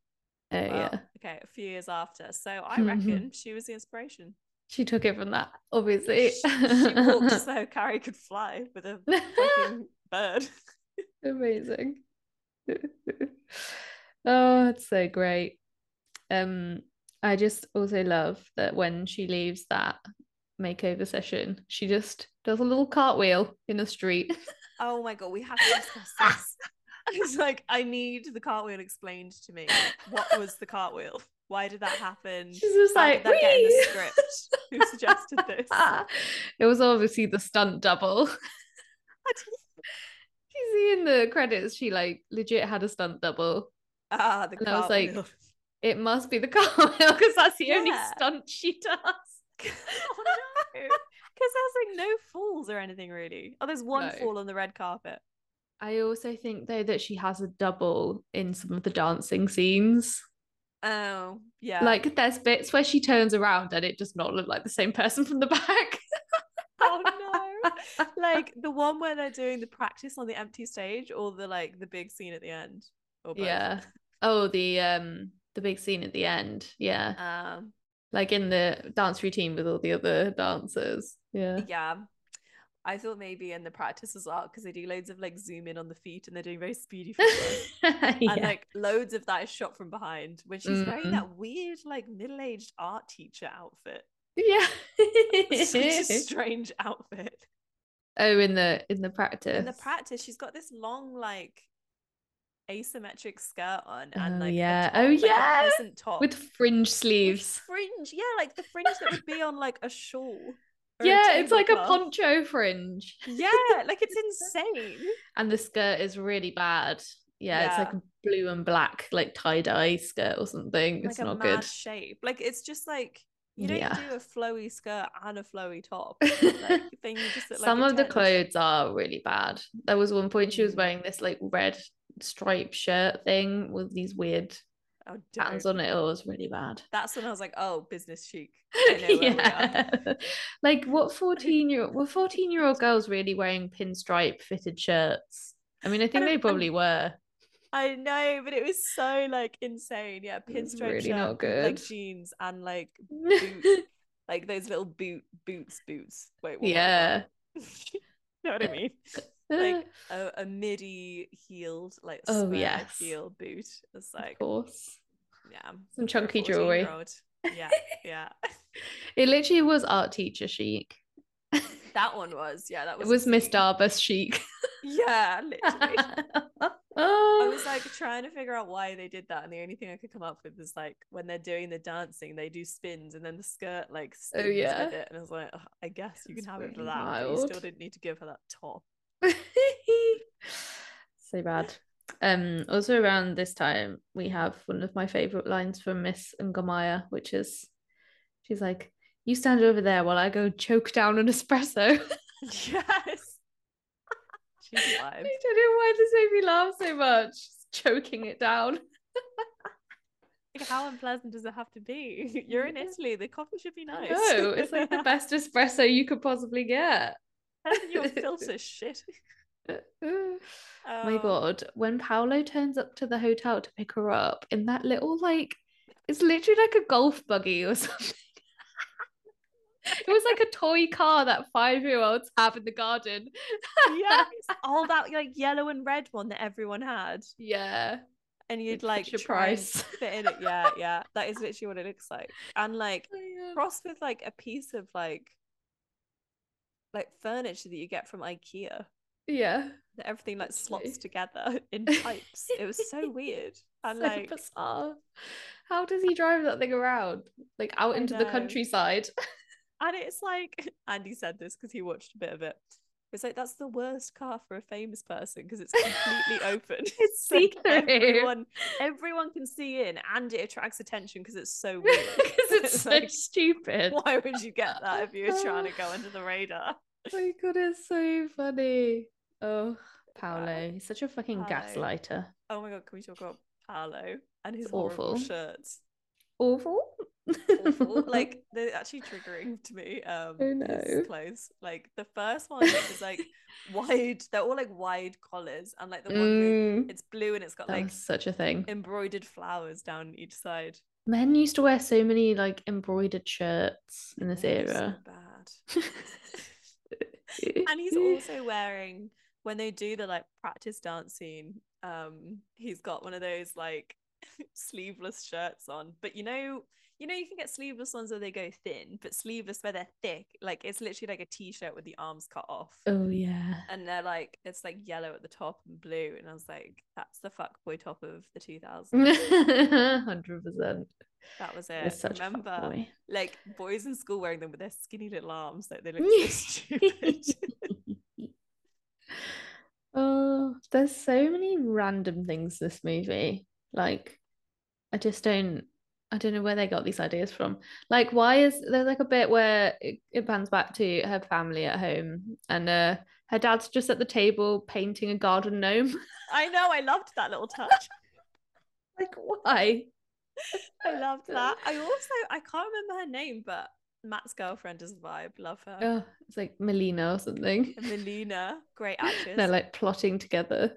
[SPEAKER 2] Oh
[SPEAKER 1] Well,
[SPEAKER 2] yeah. Mm-hmm.
[SPEAKER 1] Okay, a few years after. So I reckon she was the inspiration.
[SPEAKER 2] She took it from that, obviously.
[SPEAKER 1] She, she walked so Carrie could fly with a fucking bird.
[SPEAKER 2] Amazing. oh, it's so great. Um, I just also love that when she leaves that makeover session, she just does a little cartwheel in a street.
[SPEAKER 1] Oh my god, we have to discuss this. It's like I need the cartwheel explained to me. What was the cartwheel? Why did that happen?
[SPEAKER 2] She's just
[SPEAKER 1] How
[SPEAKER 2] like,
[SPEAKER 1] did Mm. that get in the
[SPEAKER 2] "Whee!"
[SPEAKER 1] script? Who suggested this?
[SPEAKER 2] it was obviously the stunt double. You see in the credits, she like legit had a stunt double.
[SPEAKER 1] ah, the
[SPEAKER 2] And I was like,
[SPEAKER 1] cartwheel.
[SPEAKER 2] It must be the cartwheel because that's the only
[SPEAKER 1] Yeah.
[SPEAKER 2] stunt she does.
[SPEAKER 1] oh no, because there's like no falls or anything really. Oh, there's one
[SPEAKER 2] No.
[SPEAKER 1] fall on the red carpet.
[SPEAKER 2] I also think though that she has a double in some of the dancing scenes.
[SPEAKER 1] Oh, yeah.
[SPEAKER 2] Like there's bits where she turns around and it does not look like the same person from the back.
[SPEAKER 1] oh no. Like the one where they're doing the practice on the empty stage, or the like the big scene at the end, or both.
[SPEAKER 2] yeah. Oh, the um the big scene at the end. Yeah.
[SPEAKER 1] Um,
[SPEAKER 2] Like in the dance routine with all the other dancers. Yeah.
[SPEAKER 1] yeah I thought maybe in the practices art because they do loads of like zoom in on the feet and they're doing very speedy photos.
[SPEAKER 2] Yeah.
[SPEAKER 1] And like loads of that is shot from behind when she's wearing
[SPEAKER 2] Mhm.
[SPEAKER 1] that weird like middle-aged art teacher outfit.
[SPEAKER 2] yeah.
[SPEAKER 1] It's such a strange outfit.
[SPEAKER 2] oh, in the in the practice.
[SPEAKER 1] In the practice, she's got this long like asymmetric skirt on and
[SPEAKER 2] Oh,
[SPEAKER 1] like a
[SPEAKER 2] yeah.
[SPEAKER 1] top,
[SPEAKER 2] Oh,
[SPEAKER 1] like, a
[SPEAKER 2] yeah.
[SPEAKER 1] peasant top
[SPEAKER 2] with fringe
[SPEAKER 1] with
[SPEAKER 2] sleeves.
[SPEAKER 1] fringe. Yeah, like the fringe that would be on like a shawl. or a
[SPEAKER 2] Yeah, it's like a
[SPEAKER 1] tablecloth.
[SPEAKER 2] poncho fringe.
[SPEAKER 1] Yeah, like it's insane.
[SPEAKER 2] And the skirt is really bad. Yeah, it's like a blue and black, like tie dye skirt or something.
[SPEAKER 1] like
[SPEAKER 2] it's
[SPEAKER 1] a
[SPEAKER 2] not
[SPEAKER 1] mad
[SPEAKER 2] good.
[SPEAKER 1] shape. Like it's just like you don't
[SPEAKER 2] Yeah.
[SPEAKER 1] do a flowy skirt and a flowy top. Like, then you just look like
[SPEAKER 2] Some
[SPEAKER 1] a
[SPEAKER 2] of the
[SPEAKER 1] tent.
[SPEAKER 2] clothes are really bad. There was one point she was
[SPEAKER 1] Mm.
[SPEAKER 2] wearing this like red striped shirt thing with these weird
[SPEAKER 1] Oh,
[SPEAKER 2] patterns
[SPEAKER 1] dope.
[SPEAKER 2] on it. Oh, it was really bad.
[SPEAKER 1] That's when I was like, oh, business chic. I know where we are.
[SPEAKER 2] yeah. Like what 14 year were 14 year old girls really wearing pinstripe fitted shirts? I mean, I think
[SPEAKER 1] I-
[SPEAKER 2] they
[SPEAKER 1] I'm-
[SPEAKER 2] probably were.
[SPEAKER 1] I know, but it was so like insane. Yeah,
[SPEAKER 2] It was
[SPEAKER 1] pinstripe
[SPEAKER 2] really
[SPEAKER 1] shirt,
[SPEAKER 2] not
[SPEAKER 1] like
[SPEAKER 2] good.
[SPEAKER 1] jeans and like boots, like those little boot boots boots. Wait, what were they
[SPEAKER 2] yeah.
[SPEAKER 1] called? you know what I mean? like a, a midi heeled, like
[SPEAKER 2] Oh,
[SPEAKER 1] square
[SPEAKER 2] yes.
[SPEAKER 1] heel boot. It's
[SPEAKER 2] of
[SPEAKER 1] like
[SPEAKER 2] course.
[SPEAKER 1] yeah,
[SPEAKER 2] Some chunky
[SPEAKER 1] 14
[SPEAKER 2] jewelry.
[SPEAKER 1] year old. Yeah, yeah.
[SPEAKER 2] It literally was art teacher chic. it
[SPEAKER 1] That one was, yeah, that was
[SPEAKER 2] was Miss
[SPEAKER 1] insane.
[SPEAKER 2] Darbus chic.
[SPEAKER 1] Yeah, literally. I
[SPEAKER 2] I
[SPEAKER 1] was like trying to figure out why they did that, and the only thing I could come up with is like when they're doing the dancing, they do spins, and then the skirt like spins
[SPEAKER 2] Oh, yeah.
[SPEAKER 1] with it, and I was like, "Ugh, I guess you
[SPEAKER 2] It's
[SPEAKER 1] can have it for
[SPEAKER 2] really
[SPEAKER 1] that. But you
[SPEAKER 2] wild.
[SPEAKER 1] still didn't need to give her that top.
[SPEAKER 2] so bad. Um, also around this time, we have one of my favorite lines from Miss Ngamaya, which is, she's like, "You stand over there while I go choke down an espresso."
[SPEAKER 1] yes, she's
[SPEAKER 2] I
[SPEAKER 1] alive.
[SPEAKER 2] don't know why this made me laugh so much. She's choking it down.
[SPEAKER 1] Like, how unpleasant does it have to be? You're in Italy. The coffee should be nice.
[SPEAKER 2] No, it's like the best espresso you could possibly get.
[SPEAKER 1] your filter shit.
[SPEAKER 2] Oh my
[SPEAKER 1] Um,
[SPEAKER 2] god, when Paolo turns up to the hotel to pick her up in that little like it's literally like a golf buggy or something. it was like a toy car that five year olds have in the garden.
[SPEAKER 1] yes, all that like yellow and red one that everyone had,
[SPEAKER 2] Yeah.
[SPEAKER 1] and you'd
[SPEAKER 2] Like,
[SPEAKER 1] like
[SPEAKER 2] Fisher
[SPEAKER 1] try and
[SPEAKER 2] Price.
[SPEAKER 1] fit in it. Yeah, yeah, that is literally what it looks like. And like
[SPEAKER 2] Oh
[SPEAKER 1] crossed with like a piece of like like furniture that you get from IKEA.
[SPEAKER 2] my God. yeah.
[SPEAKER 1] That everything like slots
[SPEAKER 2] Literally.
[SPEAKER 1] together in types. it was so weird. And
[SPEAKER 2] so
[SPEAKER 1] like
[SPEAKER 2] bizarre. How does he drive that thing around? Like out
[SPEAKER 1] I
[SPEAKER 2] into the
[SPEAKER 1] know.
[SPEAKER 2] countryside.
[SPEAKER 1] and it's like Andy said this because he watched a bit of it. It's like that's the worst car for a famous person because it's completely open.
[SPEAKER 2] It's
[SPEAKER 1] So
[SPEAKER 2] see through.
[SPEAKER 1] everyone everyone can see in and it attracts attention because it's so weird.
[SPEAKER 2] Because it's so
[SPEAKER 1] like,
[SPEAKER 2] stupid.
[SPEAKER 1] why would you get that if you were trying to go under the radar?
[SPEAKER 2] my god, it's so funny. Oh, Paolo, he's such a fucking
[SPEAKER 1] Paolo.
[SPEAKER 2] gaslighter.
[SPEAKER 1] Oh my god, can we talk about Paolo and his
[SPEAKER 2] It's
[SPEAKER 1] horrible
[SPEAKER 2] awful.
[SPEAKER 1] shirts?
[SPEAKER 2] Awful.
[SPEAKER 1] awful. like they're actually triggering to me. Um,
[SPEAKER 2] Oh,
[SPEAKER 1] his
[SPEAKER 2] no.
[SPEAKER 1] clothes. Like the first one is like wide. They're all like wide collars, and like the one with-
[SPEAKER 2] Mm,
[SPEAKER 1] it's blue and it's got
[SPEAKER 2] that
[SPEAKER 1] like
[SPEAKER 2] was such a thing.
[SPEAKER 1] embroidered flowers down each side.
[SPEAKER 2] Men used to wear so many like embroidered shirts in this
[SPEAKER 1] Oh, they're so
[SPEAKER 2] era.
[SPEAKER 1] bad. And he's also wearing when they do the like practice dance scene. Um, he's got one of those like sleeveless shirts on, but you know. You know, you can get sleeveless ones where they go thin, but sleeveless where they're thick. Like it's literally like a t-shirt with the arms cut off.
[SPEAKER 2] Oh yeah.
[SPEAKER 1] and they're like it's like yellow at the top and blue and i was like that's the fuckboy top of the 2000s
[SPEAKER 2] Hundred percent.
[SPEAKER 1] that was it
[SPEAKER 2] It's Mm. such a
[SPEAKER 1] remember
[SPEAKER 2] fuckboy.
[SPEAKER 1] like boys in school wearing them with their skinny little arms like they look so stupid
[SPEAKER 2] oh, there's so many random things in this movie. Like, I just don't. I don't know where they got these ideas from. Like, why is there's like a bit where it, it pans back to her family at home, and uh, her dad's just at the table painting a garden gnome.
[SPEAKER 1] i know i loved that little touch
[SPEAKER 2] like, why?
[SPEAKER 1] i loved that i also i can't remember her name but matt's girlfriend is a vibe love her
[SPEAKER 2] Oh, it's like Melina or something.
[SPEAKER 1] And melina great actress
[SPEAKER 2] They're like plotting together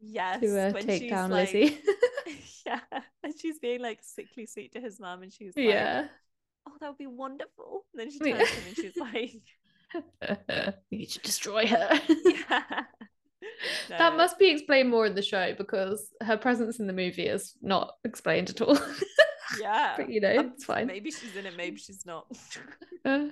[SPEAKER 1] yes
[SPEAKER 2] to uh,
[SPEAKER 1] when
[SPEAKER 2] take
[SPEAKER 1] she's
[SPEAKER 2] down
[SPEAKER 1] like,
[SPEAKER 2] Lizzie.
[SPEAKER 1] yeah and she's being like sickly sweet to his mum and she's like
[SPEAKER 2] yeah.
[SPEAKER 1] oh, that would be wonderful. And then she
[SPEAKER 2] Yeah.
[SPEAKER 1] turns to him and she's like,
[SPEAKER 2] you should destroy her.
[SPEAKER 1] Yeah.
[SPEAKER 2] That
[SPEAKER 1] No,
[SPEAKER 2] must be explained more in the show because her presence in the movie is not explained at all.
[SPEAKER 1] yeah.
[SPEAKER 2] but you know,
[SPEAKER 1] Um,
[SPEAKER 2] it's fine.
[SPEAKER 1] Maybe she's in it, maybe she's not.
[SPEAKER 2] Uh,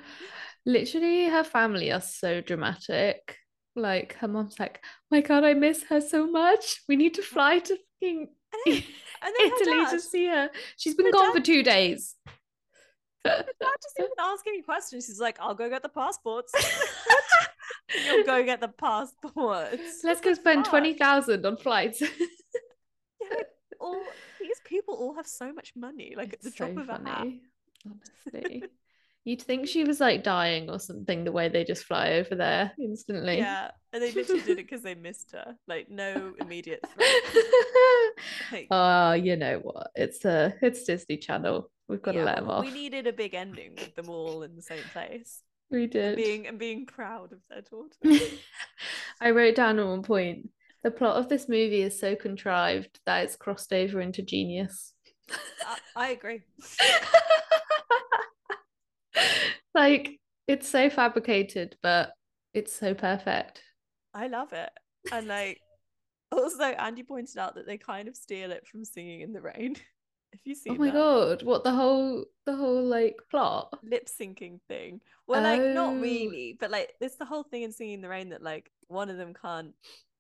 [SPEAKER 2] literally, her family are so dramatic. Like her mom's like, "My God, I miss her so much. We need to fly to fucking
[SPEAKER 1] and then her
[SPEAKER 2] Italy
[SPEAKER 1] dad,
[SPEAKER 2] to see her. She's been
[SPEAKER 1] her
[SPEAKER 2] gone
[SPEAKER 1] dad-
[SPEAKER 2] for two days."
[SPEAKER 1] dad doesn't even ask any questions. She's like, I'll go get the passports. You'll go get the passports.
[SPEAKER 2] Let's
[SPEAKER 1] What
[SPEAKER 2] go
[SPEAKER 1] the
[SPEAKER 2] spend
[SPEAKER 1] fuck?
[SPEAKER 2] twenty thousand on flights.
[SPEAKER 1] All these people all have so much money. Like it's the
[SPEAKER 2] so
[SPEAKER 1] drop of a hat.
[SPEAKER 2] funny, honestly. You'd think she was like dying or something the way they just fly over there instantly.
[SPEAKER 1] Yeah, and they literally did it because they missed her. Like no immediate threat. Like,
[SPEAKER 2] Ah, you know what? It's a it's Disney Channel. We've got to
[SPEAKER 1] yeah,
[SPEAKER 2] let them
[SPEAKER 1] well,
[SPEAKER 2] off.
[SPEAKER 1] We needed a big ending with them all in the same place,
[SPEAKER 2] we did.
[SPEAKER 1] being and being proud of their daughter.
[SPEAKER 2] I wrote down at one point the plot of this movie is so contrived that it's crossed over into Genius.
[SPEAKER 1] I, I agree.
[SPEAKER 2] like it's so fabricated, but it's so perfect.
[SPEAKER 1] I love it. And like, also, Andy pointed out that they kind of steal it from Singing in the Rain. If you see,
[SPEAKER 2] Oh my god! What the whole the whole like plot?
[SPEAKER 1] lip syncing thing. Well, like not
[SPEAKER 2] Oh.
[SPEAKER 1] really, but like it's the whole thing in Singing in the Rain that like one of them can't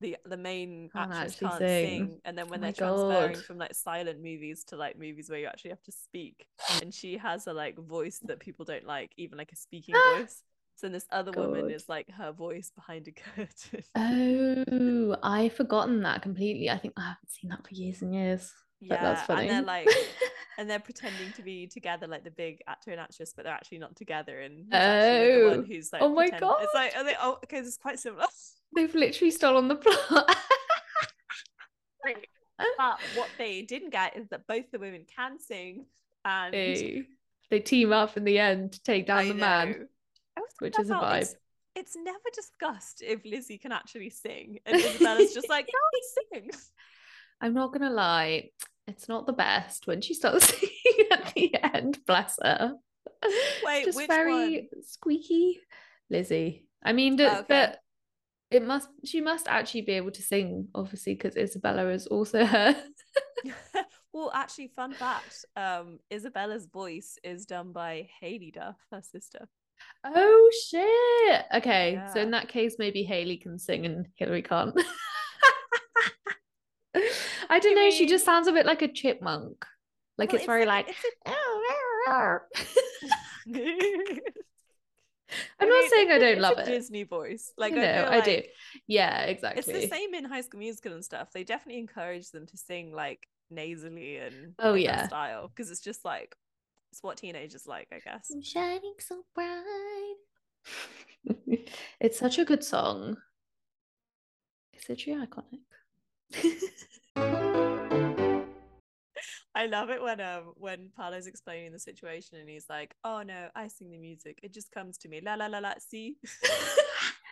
[SPEAKER 1] the the main
[SPEAKER 2] Can't
[SPEAKER 1] actress
[SPEAKER 2] actually
[SPEAKER 1] can't
[SPEAKER 2] sing.
[SPEAKER 1] sing. and then when
[SPEAKER 2] Oh my
[SPEAKER 1] they're transferring
[SPEAKER 2] God.
[SPEAKER 1] from like silent movies to like movies where you actually have to speak, and she has a like voice that people don't like, even like a speaking voice. So then this other woman
[SPEAKER 2] God.
[SPEAKER 1] is like her voice behind a curtain.
[SPEAKER 2] Oh, I've forgotten that completely. I think I haven't seen that for years and years. But that's funny.
[SPEAKER 1] and they're like. And they're pretending to be together, like the big actor and actress, but they're actually not together. And he's actually the
[SPEAKER 2] Oh.
[SPEAKER 1] one who's like,
[SPEAKER 2] Oh my
[SPEAKER 1] pretend- It's like, are they, oh, okay, this is quite similar.
[SPEAKER 2] They've literally stolen the plot.
[SPEAKER 1] But what they didn't get is that both the women can sing and
[SPEAKER 2] they, they team up in the end to take down
[SPEAKER 1] I
[SPEAKER 2] the man,
[SPEAKER 1] know. I also
[SPEAKER 2] which
[SPEAKER 1] found
[SPEAKER 2] is a
[SPEAKER 1] out
[SPEAKER 2] vibe.
[SPEAKER 1] It's, it's never discussed if Lizzie can actually sing, and Isabella's just like, "Go and sing."
[SPEAKER 2] I'm not gonna lie, it's not the best when she starts singing at the end. Bless her.
[SPEAKER 1] Wait,
[SPEAKER 2] just
[SPEAKER 1] which
[SPEAKER 2] very squeaky, Lizzie. I mean, d-
[SPEAKER 1] Oh, okay.
[SPEAKER 2] but it must. She must actually be able to sing, obviously, because Isabella is also her.
[SPEAKER 1] well, actually, fun fact: um, Isabella's voice is done by Haley Duff, her sister.
[SPEAKER 2] Oh shit! Okay, so in
[SPEAKER 1] Yeah.
[SPEAKER 2] that case, maybe Haley can sing and Hillary can't. I don't
[SPEAKER 1] You
[SPEAKER 2] know. She just
[SPEAKER 1] mean-
[SPEAKER 2] sounds a bit like a chipmunk. Like
[SPEAKER 1] Well,
[SPEAKER 2] it's very like.
[SPEAKER 1] it's a-
[SPEAKER 2] I'm
[SPEAKER 1] I
[SPEAKER 2] not
[SPEAKER 1] mean,
[SPEAKER 2] saying I
[SPEAKER 1] it's a-
[SPEAKER 2] don't
[SPEAKER 1] it's
[SPEAKER 2] love
[SPEAKER 1] a
[SPEAKER 2] it.
[SPEAKER 1] Disney voice. Like
[SPEAKER 2] you
[SPEAKER 1] I,
[SPEAKER 2] know,
[SPEAKER 1] feel
[SPEAKER 2] I
[SPEAKER 1] like
[SPEAKER 2] do. Yeah,
[SPEAKER 1] It's
[SPEAKER 2] exactly.
[SPEAKER 1] the same in High School Musical and stuff. They definitely encourage them to sing like nasally and
[SPEAKER 2] Oh,
[SPEAKER 1] in that
[SPEAKER 2] yeah.
[SPEAKER 1] style because it's just like it's what teenagers like, I guess.
[SPEAKER 2] I'm shining so bright. it's such a good song. It's literally iconic.
[SPEAKER 1] I love it when um when Paolo's explaining the situation and he's like, "Oh no, I sing the music. It just comes to me. La la la la. See,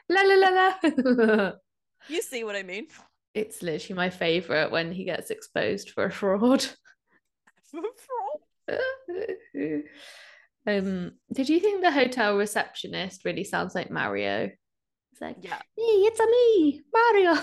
[SPEAKER 2] la la la la.
[SPEAKER 1] you see what I mean?
[SPEAKER 2] It's literally my favorite when he gets exposed for a fraud. um, did you think the hotel receptionist really sounds like Mario? It's like,
[SPEAKER 1] yeah,
[SPEAKER 2] hey, it's a me, Mario.
[SPEAKER 1] I'd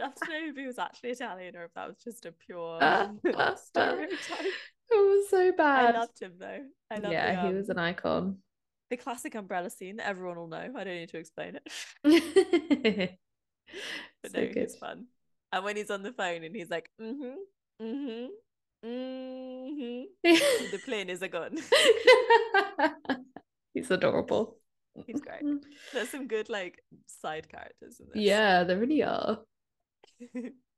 [SPEAKER 1] love to know if he was actually Italian or if that was just a pure
[SPEAKER 2] it
[SPEAKER 1] stereotype.
[SPEAKER 2] was so
[SPEAKER 1] I
[SPEAKER 2] bad.
[SPEAKER 1] loved him though. I love
[SPEAKER 2] Uh,
[SPEAKER 1] the,
[SPEAKER 2] yeah, he was
[SPEAKER 1] um,
[SPEAKER 2] an icon.
[SPEAKER 1] the classic umbrella scene that everyone will know. I don't need to explain it. But
[SPEAKER 2] so
[SPEAKER 1] no,
[SPEAKER 2] good.
[SPEAKER 1] it's fun. And when he's on the phone and he's like, mm-hmm, mm-hmm, mm-hmm, the plane is a gun.
[SPEAKER 2] He's adorable. Mm.
[SPEAKER 1] he's great. There's some good like side characters in this.
[SPEAKER 2] Yeah, they really are.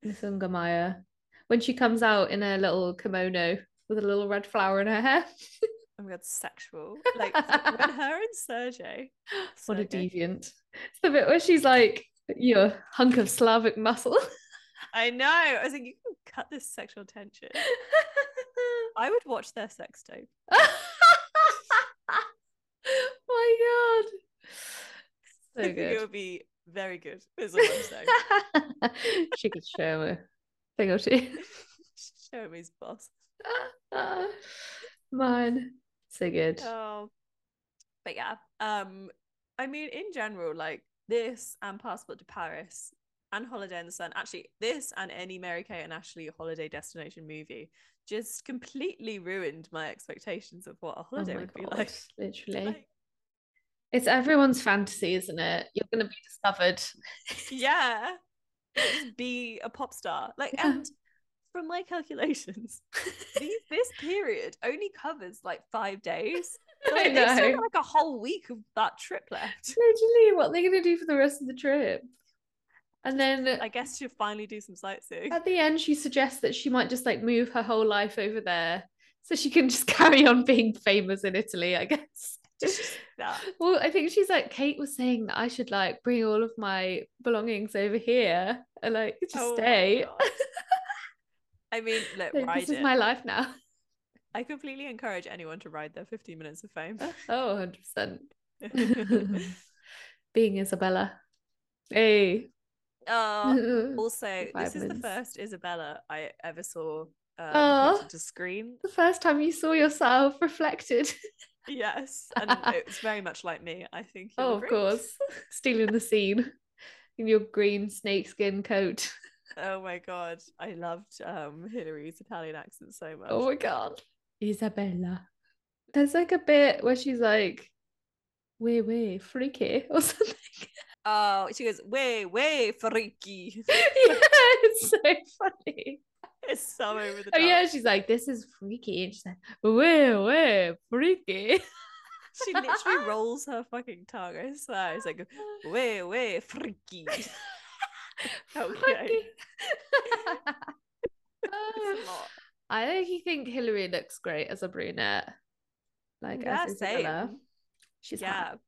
[SPEAKER 2] Miss Ungamaya. When she comes out in a little kimono with a little red flower in her hair.
[SPEAKER 1] oh my god, sexual. Like when her and Sergey.
[SPEAKER 2] what a
[SPEAKER 1] Sergey.
[SPEAKER 2] deviant. It's the bit where she's like, your hunk of Slavic muscle.
[SPEAKER 1] I know. I was like, you can cut this sexual tension. I would watch their sex tape.
[SPEAKER 2] My God.
[SPEAKER 1] I
[SPEAKER 2] So
[SPEAKER 1] think it
[SPEAKER 2] good.
[SPEAKER 1] would be very good. Is all I'm saying.
[SPEAKER 2] she could show a thing or two.
[SPEAKER 1] Show me's boss.
[SPEAKER 2] Mine. So good.
[SPEAKER 1] Oh, but yeah. Um, I mean, in general, like this and Passport to Paris and Holiday in the Sun, actually, this and any Mary Kate and Ashley holiday destination movie just completely ruined my expectations of
[SPEAKER 2] Oh
[SPEAKER 1] what a holiday would be like.
[SPEAKER 2] Literally.
[SPEAKER 1] Like,
[SPEAKER 2] It's everyone's fantasy, isn't it? You're going to be discovered.
[SPEAKER 1] yeah. Just be a pop star. Like,
[SPEAKER 2] Yeah.
[SPEAKER 1] and from my calculations, these, this period only covers like five days. So,
[SPEAKER 2] I
[SPEAKER 1] Like, they still
[SPEAKER 2] know.
[SPEAKER 1] got, like a whole week of that trip left.
[SPEAKER 2] Literally, what are they going to do for the rest of the trip? And then
[SPEAKER 1] I guess she'll finally do some sightseeing.
[SPEAKER 2] at the end, she suggests that she might just like move her whole life over there so she can just carry on being famous in Italy, I guess.
[SPEAKER 1] Just that.
[SPEAKER 2] Well, I think she's like Kate was saying that I should like bring all of my belongings over here and like just
[SPEAKER 1] Oh my
[SPEAKER 2] stay.
[SPEAKER 1] God. I mean, look,
[SPEAKER 2] Like,
[SPEAKER 1] ride
[SPEAKER 2] this is
[SPEAKER 1] it.
[SPEAKER 2] my life now.
[SPEAKER 1] I completely encourage anyone to ride their 15 minutes of fame.
[SPEAKER 2] Oh, 100%. Being Isabella. Hey.
[SPEAKER 1] Uh,
[SPEAKER 2] the
[SPEAKER 1] also, this is the
[SPEAKER 2] Vibrance.
[SPEAKER 1] first Isabella I ever saw um,
[SPEAKER 2] Aw.
[SPEAKER 1] put to screen.
[SPEAKER 2] first time you saw yourself reflected.
[SPEAKER 1] Yes, and it's very much like me. I think. you'll
[SPEAKER 2] Oh, of
[SPEAKER 1] agree.
[SPEAKER 2] course. Stealing the scene in your green snakeskin coat.
[SPEAKER 1] Oh my god, I loved um Hillary's Italian accent so much.
[SPEAKER 2] Oh my god. Isabella. There's like a bit where she's like, wee wee, freaky or something.
[SPEAKER 1] Oh, she goes way way freaky.
[SPEAKER 2] yeah, it's so funny.
[SPEAKER 1] it's so over the
[SPEAKER 2] Oh
[SPEAKER 1] top.
[SPEAKER 2] yeah, she's like, this is freaky. And she's like, wee wee, freaky.
[SPEAKER 1] She literally rolls her fucking tongue. I swear, it's like way way freaky. Okay.
[SPEAKER 2] Freaky.
[SPEAKER 1] It's a lot.
[SPEAKER 2] I actually think Hillary looks great as a brunette. Like
[SPEAKER 1] Yeah,
[SPEAKER 2] as
[SPEAKER 1] same.
[SPEAKER 2] Isabella. She's
[SPEAKER 1] yeah.
[SPEAKER 2] hot.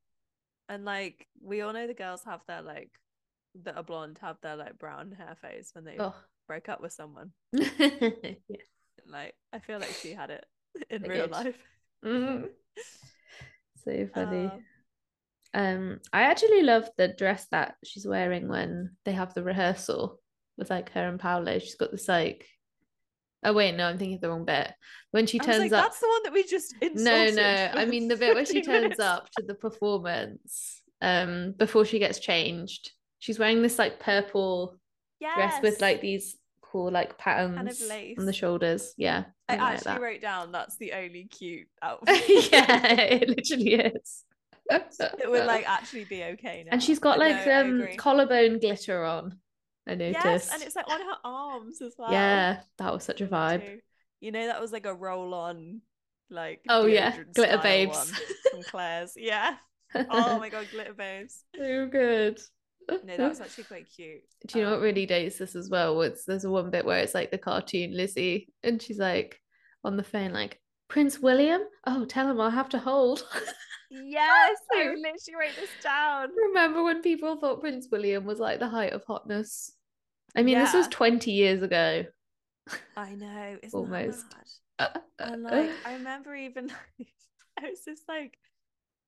[SPEAKER 1] And like we all know the girls have their like that are blonde have their like brown hair phase when they
[SPEAKER 2] Oh.
[SPEAKER 1] break up with someone.
[SPEAKER 2] yeah.
[SPEAKER 1] Like I feel like she had it in
[SPEAKER 2] They
[SPEAKER 1] real
[SPEAKER 2] did.
[SPEAKER 1] life. Mm-hmm.
[SPEAKER 2] Mhm. So funny.
[SPEAKER 1] Uh,
[SPEAKER 2] um, I actually love the dress that she's wearing when they have the rehearsal with like her and Paolo. She's got this like oh wait, no, I'm thinking of the wrong bit. When she
[SPEAKER 1] I was
[SPEAKER 2] turns
[SPEAKER 1] like,
[SPEAKER 2] up
[SPEAKER 1] that's the one that we just
[SPEAKER 2] no
[SPEAKER 1] insulted.
[SPEAKER 2] no i
[SPEAKER 1] for
[SPEAKER 2] mean the bit where she
[SPEAKER 1] 15
[SPEAKER 2] turns
[SPEAKER 1] minutes.
[SPEAKER 2] up to the performance um before she gets changed she's wearing this like purple dress with
[SPEAKER 1] Yes.
[SPEAKER 2] like these cool like patterns on the
[SPEAKER 1] lace.
[SPEAKER 2] shoulders yeah
[SPEAKER 1] I
[SPEAKER 2] something like
[SPEAKER 1] actually
[SPEAKER 2] that.
[SPEAKER 1] wrote down that's the only cute outfit
[SPEAKER 2] yeah it literally is
[SPEAKER 1] that would like actually be okay now.
[SPEAKER 2] and she's got
[SPEAKER 1] I
[SPEAKER 2] like
[SPEAKER 1] know, I
[SPEAKER 2] um
[SPEAKER 1] agree.
[SPEAKER 2] collarbone glitter on i noticed
[SPEAKER 1] yes, and it's like on her arms as well.
[SPEAKER 2] yeah that was such a vibe
[SPEAKER 1] too. You know that was like a roll on, like
[SPEAKER 2] Oh, yeah,
[SPEAKER 1] deodorant
[SPEAKER 2] Glitter
[SPEAKER 1] style
[SPEAKER 2] Babes.
[SPEAKER 1] one from Claire's. Yeah. Oh my god, glitter babes.
[SPEAKER 2] so good
[SPEAKER 1] No, that was actually quite cute.
[SPEAKER 2] Do you know
[SPEAKER 1] Um,
[SPEAKER 2] what really dates this as well? Was there's one bit where it's like the cartoon Lizzie, and she's like on the phone, like Prince William. Oh, tell him I'll have to hold.
[SPEAKER 1] Yes, I
[SPEAKER 2] So-
[SPEAKER 1] literally wrote this down.
[SPEAKER 2] Remember when people thought Prince William was like the height of hotness? I mean, this was
[SPEAKER 1] Yeah.
[SPEAKER 2] twenty years ago.
[SPEAKER 1] I know, isn't
[SPEAKER 2] Almost.
[SPEAKER 1] that mad? And like I remember even like, I was just like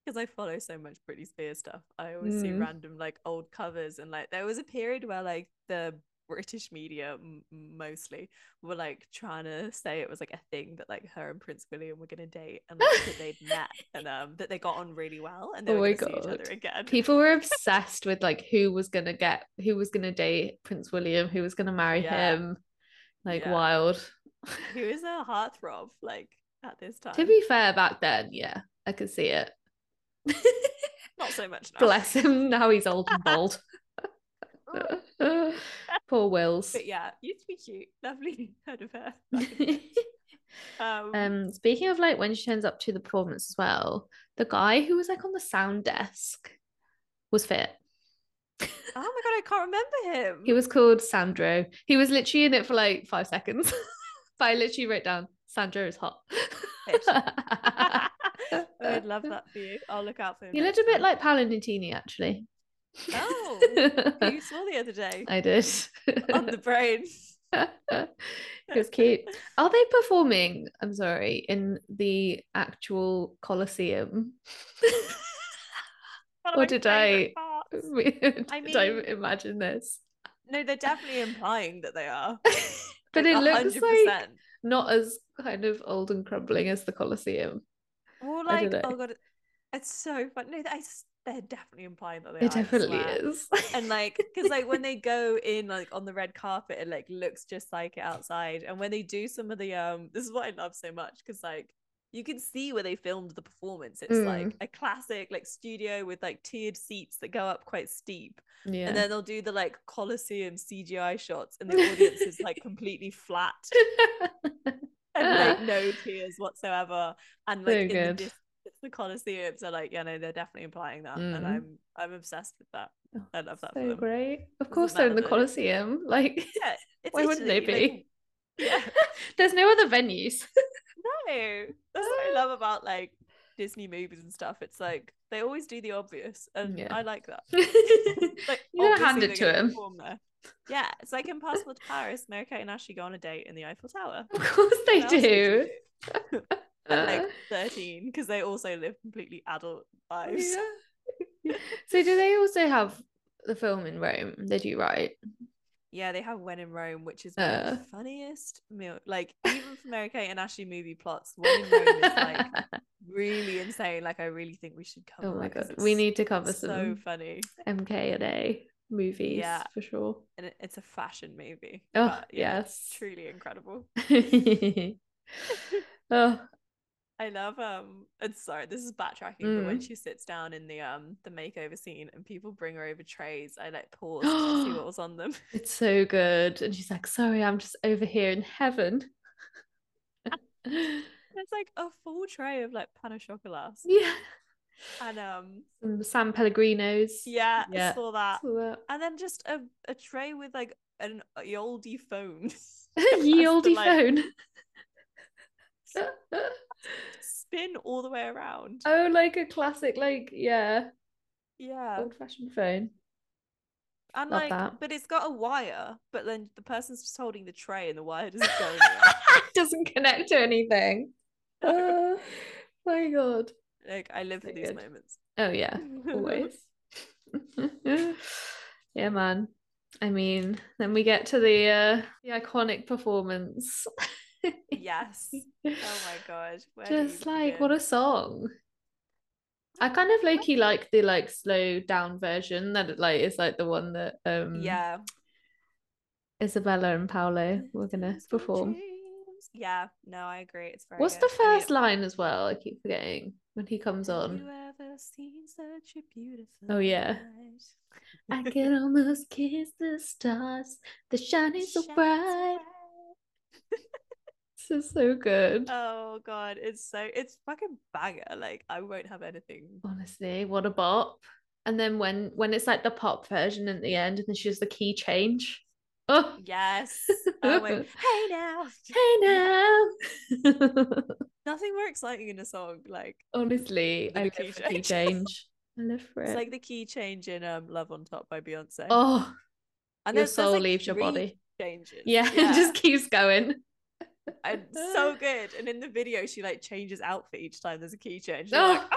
[SPEAKER 1] because I follow so much Britney Spears stuff, I always see
[SPEAKER 2] Mm.
[SPEAKER 1] random like old covers and like there was a period where like the British media m- mostly were like trying to say it was like a thing that like her and Prince William were gonna date and like that they'd met and um that they got on really well and they
[SPEAKER 2] Oh
[SPEAKER 1] were
[SPEAKER 2] my
[SPEAKER 1] gonna see each
[SPEAKER 2] God.
[SPEAKER 1] other again.
[SPEAKER 2] people were obsessed with like who was gonna get, who was gonna date Prince William, who was gonna marry
[SPEAKER 1] Yeah.
[SPEAKER 2] him, like
[SPEAKER 1] Yeah.
[SPEAKER 2] wild.
[SPEAKER 1] Who is a heartthrob like at this time?
[SPEAKER 2] to be fair, back then, yeah, I could see it.
[SPEAKER 1] Not so much now.
[SPEAKER 2] Bless him. Now he's old and bald. Poor Wills.
[SPEAKER 1] But yeah, used to be cute. Lovely heard of her. Um,
[SPEAKER 2] um, speaking of like when she turns up to the performance as well, the guy who was like on the sound desk was fit.
[SPEAKER 1] oh my god, I can't remember him.
[SPEAKER 2] He was called Sandro. He was literally in it for like five seconds. but I literally wrote down Sandro is hot.
[SPEAKER 1] I'd love that for you. I'll look out for him.
[SPEAKER 2] He looked
[SPEAKER 1] next
[SPEAKER 2] a
[SPEAKER 1] time.
[SPEAKER 2] bit like Palanitini actually.
[SPEAKER 1] Oh, who you saw the other day
[SPEAKER 2] I did.
[SPEAKER 1] on the brain.
[SPEAKER 2] It was cute. Are they performing? I'm sorry, in the actual Colosseum?
[SPEAKER 1] One of
[SPEAKER 2] Or
[SPEAKER 1] my
[SPEAKER 2] did
[SPEAKER 1] favourite
[SPEAKER 2] I-
[SPEAKER 1] parts.
[SPEAKER 2] Did I
[SPEAKER 1] mean-
[SPEAKER 2] imagine this,
[SPEAKER 1] No, they're definitely implying that they are.
[SPEAKER 2] but it looks
[SPEAKER 1] 100%.
[SPEAKER 2] like not as kind of old and crumbling as the Colosseum.
[SPEAKER 1] Well,
[SPEAKER 2] I
[SPEAKER 1] like,
[SPEAKER 2] don't know.
[SPEAKER 1] oh god, it's so fun. No, I s- they're definitely implying that they are.
[SPEAKER 2] it
[SPEAKER 1] I
[SPEAKER 2] definitely
[SPEAKER 1] swear.
[SPEAKER 2] is.
[SPEAKER 1] And like, because like when they go in like on the red carpet, it like looks just like it outside. And when they do some of the um, this is what I love so much because like you can see where they filmed the performance. It's like a classic like studio with like tiered seats that go up quite steep,
[SPEAKER 2] yeah.
[SPEAKER 1] and then they'll do the like Colosseum CGI shots, and the audience is like completely flat and like no tears whatsoever. And like
[SPEAKER 2] So
[SPEAKER 1] in
[SPEAKER 2] good.
[SPEAKER 1] the dis- the Colosseum, so like yeah, no, they're definitely implying that, and
[SPEAKER 2] Mm.
[SPEAKER 1] I'm I'm obsessed with that.
[SPEAKER 2] Oh,
[SPEAKER 1] I love that for
[SPEAKER 2] so
[SPEAKER 1] them.
[SPEAKER 2] great. Of
[SPEAKER 1] Doesn't
[SPEAKER 2] course, they're in the
[SPEAKER 1] matter.
[SPEAKER 2] Colosseum. Like,
[SPEAKER 1] Yeah, it's
[SPEAKER 2] why wouldn't they
[SPEAKER 1] Italy,
[SPEAKER 2] be?
[SPEAKER 1] like,
[SPEAKER 2] There's no other venues.
[SPEAKER 1] yeah, no, that's what I love about like Disney movies and stuff. It's like they always do the obvious, and
[SPEAKER 2] Yeah.
[SPEAKER 1] I like that.
[SPEAKER 2] you
[SPEAKER 1] Like,
[SPEAKER 2] gotta hand it
[SPEAKER 1] obviously they're
[SPEAKER 2] to
[SPEAKER 1] gonna
[SPEAKER 2] him.
[SPEAKER 1] perform there. Yeah, it's like Impossible to Paris. Mary Kate and Ashley go on a date in the Eiffel Tower.
[SPEAKER 2] Of course, they
[SPEAKER 1] What else would you
[SPEAKER 2] do.
[SPEAKER 1] At like
[SPEAKER 2] Uh,
[SPEAKER 1] 13, because they also live completely adult lives.
[SPEAKER 2] yeah. so, do they also have the film in Rome? They do, right?
[SPEAKER 1] Yeah, they have When in Rome, which is one of the
[SPEAKER 2] Uh.
[SPEAKER 1] funniest meal. Like even for Mary Kate and Ashley movie plots, When in Rome is like really insane. Like I really think we should cover.
[SPEAKER 2] oh my
[SPEAKER 1] that 'cause
[SPEAKER 2] god, we
[SPEAKER 1] it's
[SPEAKER 2] need to cover
[SPEAKER 1] so
[SPEAKER 2] some
[SPEAKER 1] funny,
[SPEAKER 2] MK and A movies
[SPEAKER 1] Yeah.
[SPEAKER 2] for sure.
[SPEAKER 1] and it, it's a fashion movie.
[SPEAKER 2] Oh,
[SPEAKER 1] but, yeah, it's
[SPEAKER 2] yes.
[SPEAKER 1] truly incredible.
[SPEAKER 2] oh,
[SPEAKER 1] I love um. And sorry, this is backtracking, but
[SPEAKER 2] Mm.
[SPEAKER 1] when she sits down in the um the makeover scene and people bring her over trays, I like paused to see what was on them.
[SPEAKER 2] it's so good. And she's like, sorry, I'm just over here in heaven.
[SPEAKER 1] It's like a full tray of like pan au chocolat
[SPEAKER 2] yeah.
[SPEAKER 1] and um
[SPEAKER 2] Some San Pellegrino's.
[SPEAKER 1] yeah,
[SPEAKER 2] Yeah.
[SPEAKER 1] I saw that.
[SPEAKER 2] Saw that.
[SPEAKER 1] and then just a, a tray with like an a oldie phone
[SPEAKER 2] Ye
[SPEAKER 1] That's the,
[SPEAKER 2] olde
[SPEAKER 1] like,
[SPEAKER 2] phone.
[SPEAKER 1] spin all the way around
[SPEAKER 2] oh, like a classic, like, yeah,
[SPEAKER 1] yeah
[SPEAKER 2] old fashioned phone.
[SPEAKER 1] and
[SPEAKER 2] oh, love
[SPEAKER 1] like
[SPEAKER 2] that.
[SPEAKER 1] but it's got a wire but then the person's just holding the tray and the wire doesn't go anywhere.
[SPEAKER 2] Doesn't connect to anything. Oh my god.
[SPEAKER 1] like i live for
[SPEAKER 2] So
[SPEAKER 1] these
[SPEAKER 2] good.
[SPEAKER 1] moments
[SPEAKER 2] Oh, yeah. always. yeah, man. I mean, then we get to the uh, the iconic performance.
[SPEAKER 1] yes oh my god where do you
[SPEAKER 2] Just like what
[SPEAKER 1] begin?
[SPEAKER 2] a song. I kind of low key like the like slow down version that it, like is like the one that um
[SPEAKER 1] yeah
[SPEAKER 2] Isabella and Paolo were gonna
[SPEAKER 1] Dreams come
[SPEAKER 2] perform.
[SPEAKER 1] dreams. yeah no i agree it's very
[SPEAKER 2] What's
[SPEAKER 1] good.
[SPEAKER 2] the
[SPEAKER 1] I mean,
[SPEAKER 2] first line as well? I keep forgetting when he comes
[SPEAKER 1] have
[SPEAKER 2] on.
[SPEAKER 1] you ever seen such a beautiful
[SPEAKER 2] Oh, yeah.
[SPEAKER 1] night?
[SPEAKER 2] I can almost kiss the stars, the shining so
[SPEAKER 1] Shines
[SPEAKER 2] bright. This is so good.
[SPEAKER 1] Oh god, it's so it's fucking banger. Like I won't have anything.
[SPEAKER 2] Honestly, what a bop. And then when when it's like the pop version at the end and then she does the key change.
[SPEAKER 1] Uh,
[SPEAKER 2] Oh,
[SPEAKER 1] Yes. Oh my hey now.
[SPEAKER 2] hey now.
[SPEAKER 1] Nothing more exciting in a song. Like
[SPEAKER 2] Honestly,
[SPEAKER 1] The
[SPEAKER 2] I love
[SPEAKER 1] key
[SPEAKER 2] the key
[SPEAKER 1] change.
[SPEAKER 2] change. I live for it.
[SPEAKER 1] it's like the key change in um Love on Top by Beyonce.
[SPEAKER 2] oh,
[SPEAKER 1] and
[SPEAKER 2] your
[SPEAKER 1] there's- there's,
[SPEAKER 2] soul
[SPEAKER 1] like,
[SPEAKER 2] leaves your
[SPEAKER 1] three
[SPEAKER 2] body.
[SPEAKER 1] Changes.
[SPEAKER 2] Yeah, it just keeps going.
[SPEAKER 1] and so good. And in the video, she like changes outfit each time there's a key change. and you're
[SPEAKER 2] Oh.
[SPEAKER 1] like,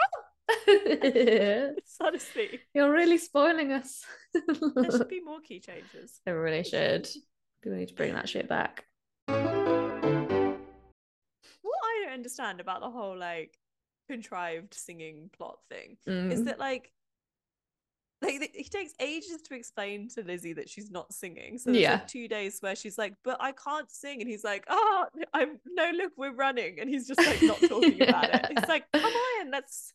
[SPEAKER 1] it's honestly,
[SPEAKER 2] You're really spoiling us.
[SPEAKER 1] there should be more key changes.
[SPEAKER 2] They really should. We need to bring that shit back.
[SPEAKER 1] What I don't understand about the whole like contrived singing plot thing is
[SPEAKER 2] Mm.
[SPEAKER 1] that like like th- he takes ages to explain to Lizzie that she's not singing. So there's
[SPEAKER 2] Yeah.
[SPEAKER 1] like two days where she's like, "But I can't sing," and he's like, "Ah, I'm no look, we're running," and he's just like not talking about it. It's like, "Come on, that's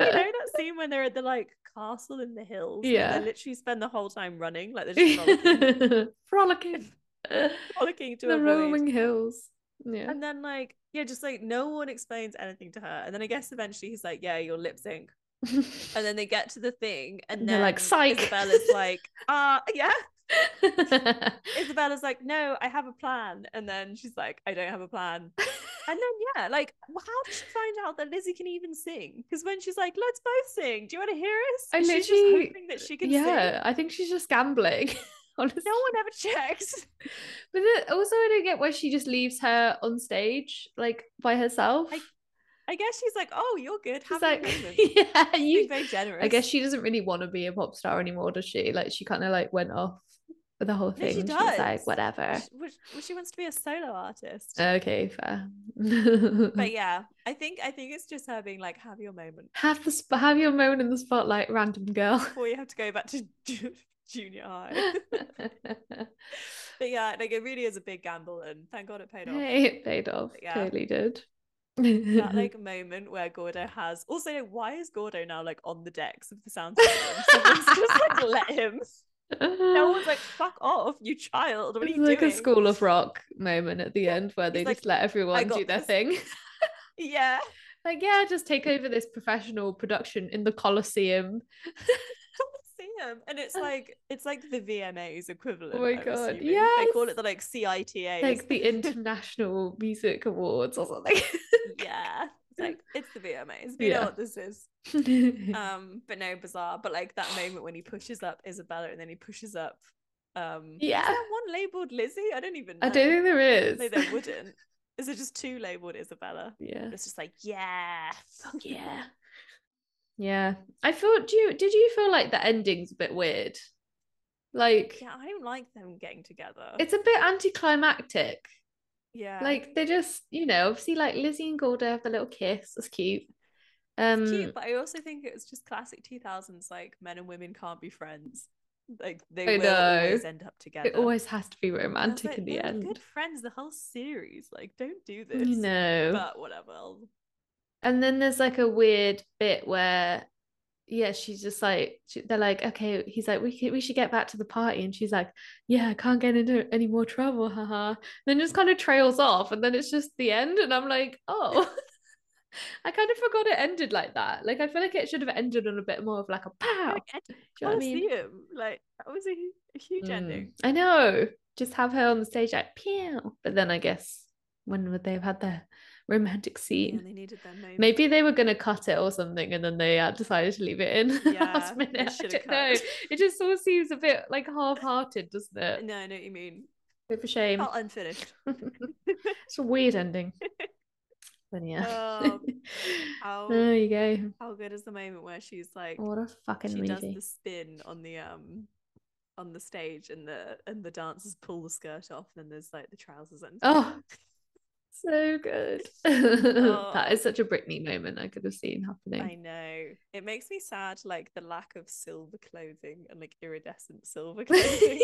[SPEAKER 1] you know that scene when they're at the like castle in the hills. where
[SPEAKER 2] Yeah.
[SPEAKER 1] they literally spend the whole time running, like they're just rollicking,
[SPEAKER 2] Frolicking.
[SPEAKER 1] rollicking to
[SPEAKER 2] the
[SPEAKER 1] avoid.
[SPEAKER 2] rolling hills. Yeah.
[SPEAKER 1] And then like yeah, just like no one explains anything to her. And then I guess eventually he's like, "Yeah, you're lip sync." And then they get to the thing, and,
[SPEAKER 2] And
[SPEAKER 1] then
[SPEAKER 2] they're like, "Psych."
[SPEAKER 1] Isabella's like, "Ah, yeah." Isabella's like, no, I have a plan. And then she's like, I don't have a plan. And then, yeah, like, w- how did she find out that Lizzie can even sing? Because when she's like, let's both sing, do you want to hear us?
[SPEAKER 2] I
[SPEAKER 1] she's just
[SPEAKER 2] literally-
[SPEAKER 1] hoping that she can sing.
[SPEAKER 2] yeah, I think she's just gambling. Honestly.
[SPEAKER 1] No one ever checks.
[SPEAKER 2] But then also I don't get why she just leaves her on stage, like by herself.
[SPEAKER 1] I- I guess she's like, oh, you're good.
[SPEAKER 2] she's
[SPEAKER 1] Have a
[SPEAKER 2] like,
[SPEAKER 1] moment.
[SPEAKER 2] Yeah,
[SPEAKER 1] Being
[SPEAKER 2] you
[SPEAKER 1] very generous.
[SPEAKER 2] I guess she doesn't really want to be a pop star anymore, does she? Like she kind of like went off for the whole
[SPEAKER 1] No,
[SPEAKER 2] thing.
[SPEAKER 1] she
[SPEAKER 2] She's like,
[SPEAKER 1] does.
[SPEAKER 2] whatever.
[SPEAKER 1] She, well, she- well, she wants to be a solo artist.
[SPEAKER 2] Okay, fair.
[SPEAKER 1] but yeah, I think I think it's just her being like, have your moment
[SPEAKER 2] have the sp- have your moment in the spotlight, random girl.
[SPEAKER 1] before you have to go back to ju- junior high. but yeah, like it really is a big gamble, and thank God it paid off.
[SPEAKER 2] Hey, it paid off.
[SPEAKER 1] But yeah.
[SPEAKER 2] Clearly did.
[SPEAKER 1] That like moment where Gordo has also like, why is Gordo now like on the decks of the sound system? Someone's just like let him. No one's like fuck off, you child. What are
[SPEAKER 2] it's
[SPEAKER 1] you
[SPEAKER 2] like
[SPEAKER 1] doing?
[SPEAKER 2] a School of Rock moment at the end where they
[SPEAKER 1] like,
[SPEAKER 2] just let everyone do
[SPEAKER 1] got
[SPEAKER 2] their
[SPEAKER 1] this.
[SPEAKER 2] thing.
[SPEAKER 1] Yeah,
[SPEAKER 2] like, yeah, just take over this professional production in the Colosseum.
[SPEAKER 1] see him, and it's like it's like the VMAs equivalent.
[SPEAKER 2] Oh my
[SPEAKER 1] I'm
[SPEAKER 2] God,
[SPEAKER 1] assuming. they call
[SPEAKER 2] yes.
[SPEAKER 1] it the like CITA.
[SPEAKER 2] like the International Music Awards or something.
[SPEAKER 1] yeah, it's like it's the VMAs. We
[SPEAKER 2] Yeah.
[SPEAKER 1] know what this is. Um, but no, bizarre. But like that moment when he pushes up Isabella, and then he pushes up. Um,
[SPEAKER 2] Yeah.
[SPEAKER 1] is there one labeled Lizzie? I don't even. Know.
[SPEAKER 2] I don't think there is.
[SPEAKER 1] No, there wouldn't. Is it just two labeled Isabella?
[SPEAKER 2] yeah.
[SPEAKER 1] It's just like, yeah.
[SPEAKER 2] Fuck yeah. Yeah. I feel do you did you feel like the ending's a bit weird? Like
[SPEAKER 1] Yeah, I don't like them getting together.
[SPEAKER 2] it's a bit anticlimactic.
[SPEAKER 1] yeah.
[SPEAKER 2] Like they just, you know, obviously like Lizzie and Gorda have the little kiss. That's cute. Um
[SPEAKER 1] It's cute, but I also think it was just classic 2000s like men and women can't be friends. Like they
[SPEAKER 2] I
[SPEAKER 1] will
[SPEAKER 2] know.
[SPEAKER 1] always end up together.
[SPEAKER 2] it always has to be
[SPEAKER 1] And I was
[SPEAKER 2] romantic
[SPEAKER 1] like,
[SPEAKER 2] in the
[SPEAKER 1] "They were
[SPEAKER 2] end.
[SPEAKER 1] Good friends the whole series. Like don't do this.
[SPEAKER 2] You know.
[SPEAKER 1] But whatever. I'll-
[SPEAKER 2] And then there's like a weird bit where, yeah, she's just like she, they're like, okay, he's like, we could, we should get back to the party, and she's like, yeah, I can't get into any more trouble, haha. And then just kind of trails off, and then it's just the end, and I'm like, oh, I kind of forgot it ended like that. Like I feel like it should have ended on a bit more of like a pow.
[SPEAKER 1] Like,
[SPEAKER 2] Do you know what I mean?
[SPEAKER 1] Colosseum. Like that was a, hu- a huge ending.
[SPEAKER 2] Mm, I know. Just have her on the stage like pew. But then I guess when would they have had their romantic
[SPEAKER 1] Yeah,
[SPEAKER 2] scene?
[SPEAKER 1] they needed their moment.
[SPEAKER 2] Maybe they were going to cut it or something, and then they uh, decided to leave it in
[SPEAKER 1] Yeah,
[SPEAKER 2] last
[SPEAKER 1] they
[SPEAKER 2] minute. I
[SPEAKER 1] should have
[SPEAKER 2] don't know.
[SPEAKER 1] cut.
[SPEAKER 2] It just all seems a bit like half-hearted, doesn't it?
[SPEAKER 1] No, I know what you mean.
[SPEAKER 2] Bit of a shame.
[SPEAKER 1] Felt unfinished.
[SPEAKER 2] it's a weird ending. But yeah,
[SPEAKER 1] Oh, how
[SPEAKER 2] there you go.
[SPEAKER 1] how good is the moment where she's like
[SPEAKER 2] What a fucking
[SPEAKER 1] she does
[SPEAKER 2] movie.
[SPEAKER 1] the spin on the um on the stage and the and the dancers pull the skirt off and then there's like the trousers and
[SPEAKER 2] Oh, so good. that is such a Britney moment. I could have seen
[SPEAKER 1] Oh. I
[SPEAKER 2] happening.
[SPEAKER 1] know. It makes me sad like the lack of silver clothing and like iridescent silver clothing.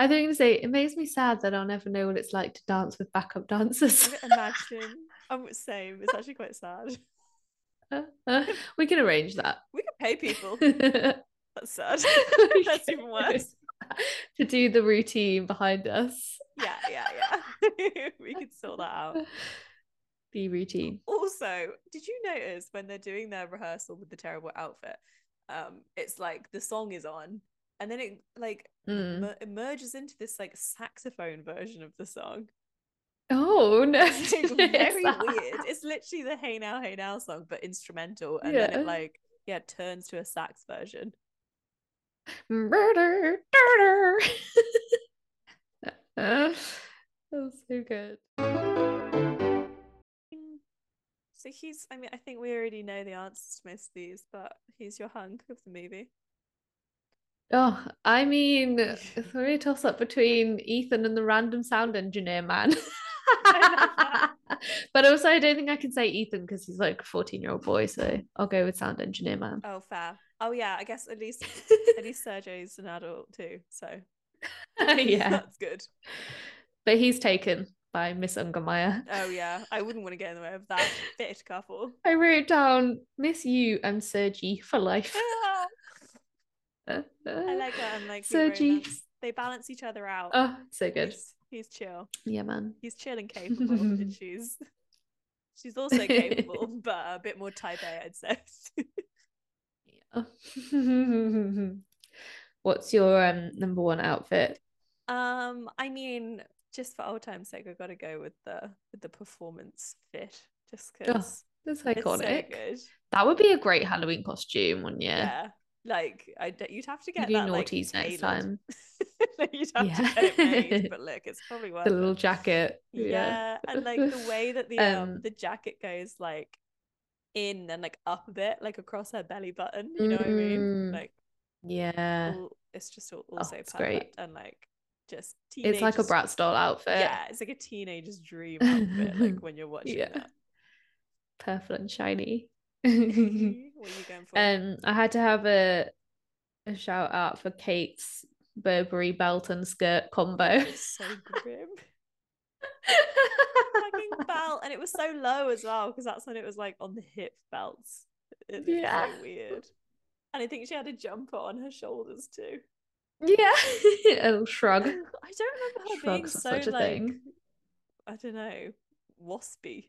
[SPEAKER 2] I think to say it makes me sad that I'll never know what it's like to dance with backup dancers.
[SPEAKER 1] Imagine. I'm same. It's actually quite sad.
[SPEAKER 2] we can arrange that.
[SPEAKER 1] We could pay people. That's sad.
[SPEAKER 2] We
[SPEAKER 1] That's
[SPEAKER 2] can
[SPEAKER 1] even worse.
[SPEAKER 2] arrange to do the routine behind us.
[SPEAKER 1] Yeah, yeah, yeah. we could sort that out.
[SPEAKER 2] The routine.
[SPEAKER 1] Also, did you notice when they're doing their rehearsal with the terrible outfit? Um, it's like the song is on, and then it like
[SPEAKER 2] Mm.
[SPEAKER 1] mer- emerges into this like saxophone version of the song.
[SPEAKER 2] Oh no!
[SPEAKER 1] It's like,
[SPEAKER 2] It's
[SPEAKER 1] very
[SPEAKER 2] that.
[SPEAKER 1] weird. It's literally the Hey Now, Hey Now song, but instrumental, and then
[SPEAKER 2] Yeah.
[SPEAKER 1] it like yeah turns to a sax version.
[SPEAKER 2] Murder, murder. that was so good.
[SPEAKER 1] Mm. So he's. I mean, I think we already know the answers to most of these, but he's your hunk of the movie.
[SPEAKER 2] Oh, I mean, it's really a toss up between Ethan and the random sound engineer man.
[SPEAKER 1] I
[SPEAKER 2] But also, I don't think I can say Ethan because he's like a 14 year old boy. So I'll go with sound engineer man.
[SPEAKER 1] Oh, fair. Oh yeah, I guess at least at least Sergio's an adult too, so
[SPEAKER 2] yeah.
[SPEAKER 1] that's good.
[SPEAKER 2] But he's taken by Miss Ungermeyer.
[SPEAKER 1] Oh yeah, I wouldn't want to get in the way of that fit couple.
[SPEAKER 2] I wrote down Miss You and Sergi for life. Uh,
[SPEAKER 1] Ah,
[SPEAKER 2] I
[SPEAKER 1] I like that unlikely
[SPEAKER 2] Sergi.
[SPEAKER 1] romance. They balance each other out.
[SPEAKER 2] Oh, so good.
[SPEAKER 1] He's, he's chill.
[SPEAKER 2] Yeah, man.
[SPEAKER 1] He's chill and capable, and she's she's also capable, but a bit more type A, I'd say.
[SPEAKER 2] Yeah. What's your um, number one outfit?
[SPEAKER 1] um, I mean, just for old time's sake, I gotta go with the with the performance fit, just because it's
[SPEAKER 2] That's
[SPEAKER 1] so
[SPEAKER 2] iconic.
[SPEAKER 1] good.
[SPEAKER 2] that would be a great Halloween costume one year.
[SPEAKER 1] yeah like i d- you'd have to
[SPEAKER 2] You
[SPEAKER 1] get
[SPEAKER 2] do
[SPEAKER 1] that like,
[SPEAKER 2] naughties
[SPEAKER 1] tailored.
[SPEAKER 2] next time.
[SPEAKER 1] Like, you'd have
[SPEAKER 2] Yeah.
[SPEAKER 1] to get it made but look it's probably worth
[SPEAKER 2] The little
[SPEAKER 1] it
[SPEAKER 2] jacket.
[SPEAKER 1] yeah. and like the way that the um,
[SPEAKER 2] Um,
[SPEAKER 1] the jacket goes like in and like up a bit like across her belly button you know what i mean
[SPEAKER 2] Mm.
[SPEAKER 1] like
[SPEAKER 2] Yeah. Oh,
[SPEAKER 1] all, it's just al- also
[SPEAKER 2] it's
[SPEAKER 1] perfect
[SPEAKER 2] great.
[SPEAKER 1] and like just teenagers.
[SPEAKER 2] It's like a Bratz doll outfit.
[SPEAKER 1] Yeah, it's like a teenager's dream outfit, like when you're watching
[SPEAKER 2] Yeah.
[SPEAKER 1] that.
[SPEAKER 2] Purple and shiny.
[SPEAKER 1] what are you going for?
[SPEAKER 2] Um, I had to have a a shout out for Kate's Burberry belt and skirt combo.
[SPEAKER 1] It's so grim. Fucking belt. And it was so low as well, because that's when it was like on the hip belts. It was
[SPEAKER 2] Yeah.
[SPEAKER 1] so weird. And I think she had a jumper on her shoulders too.
[SPEAKER 2] yeah, a little
[SPEAKER 1] I
[SPEAKER 2] shrug.
[SPEAKER 1] don't remember her being
[SPEAKER 2] Shrugs
[SPEAKER 1] so
[SPEAKER 2] are such a
[SPEAKER 1] like
[SPEAKER 2] thing.
[SPEAKER 1] I don't know, waspy.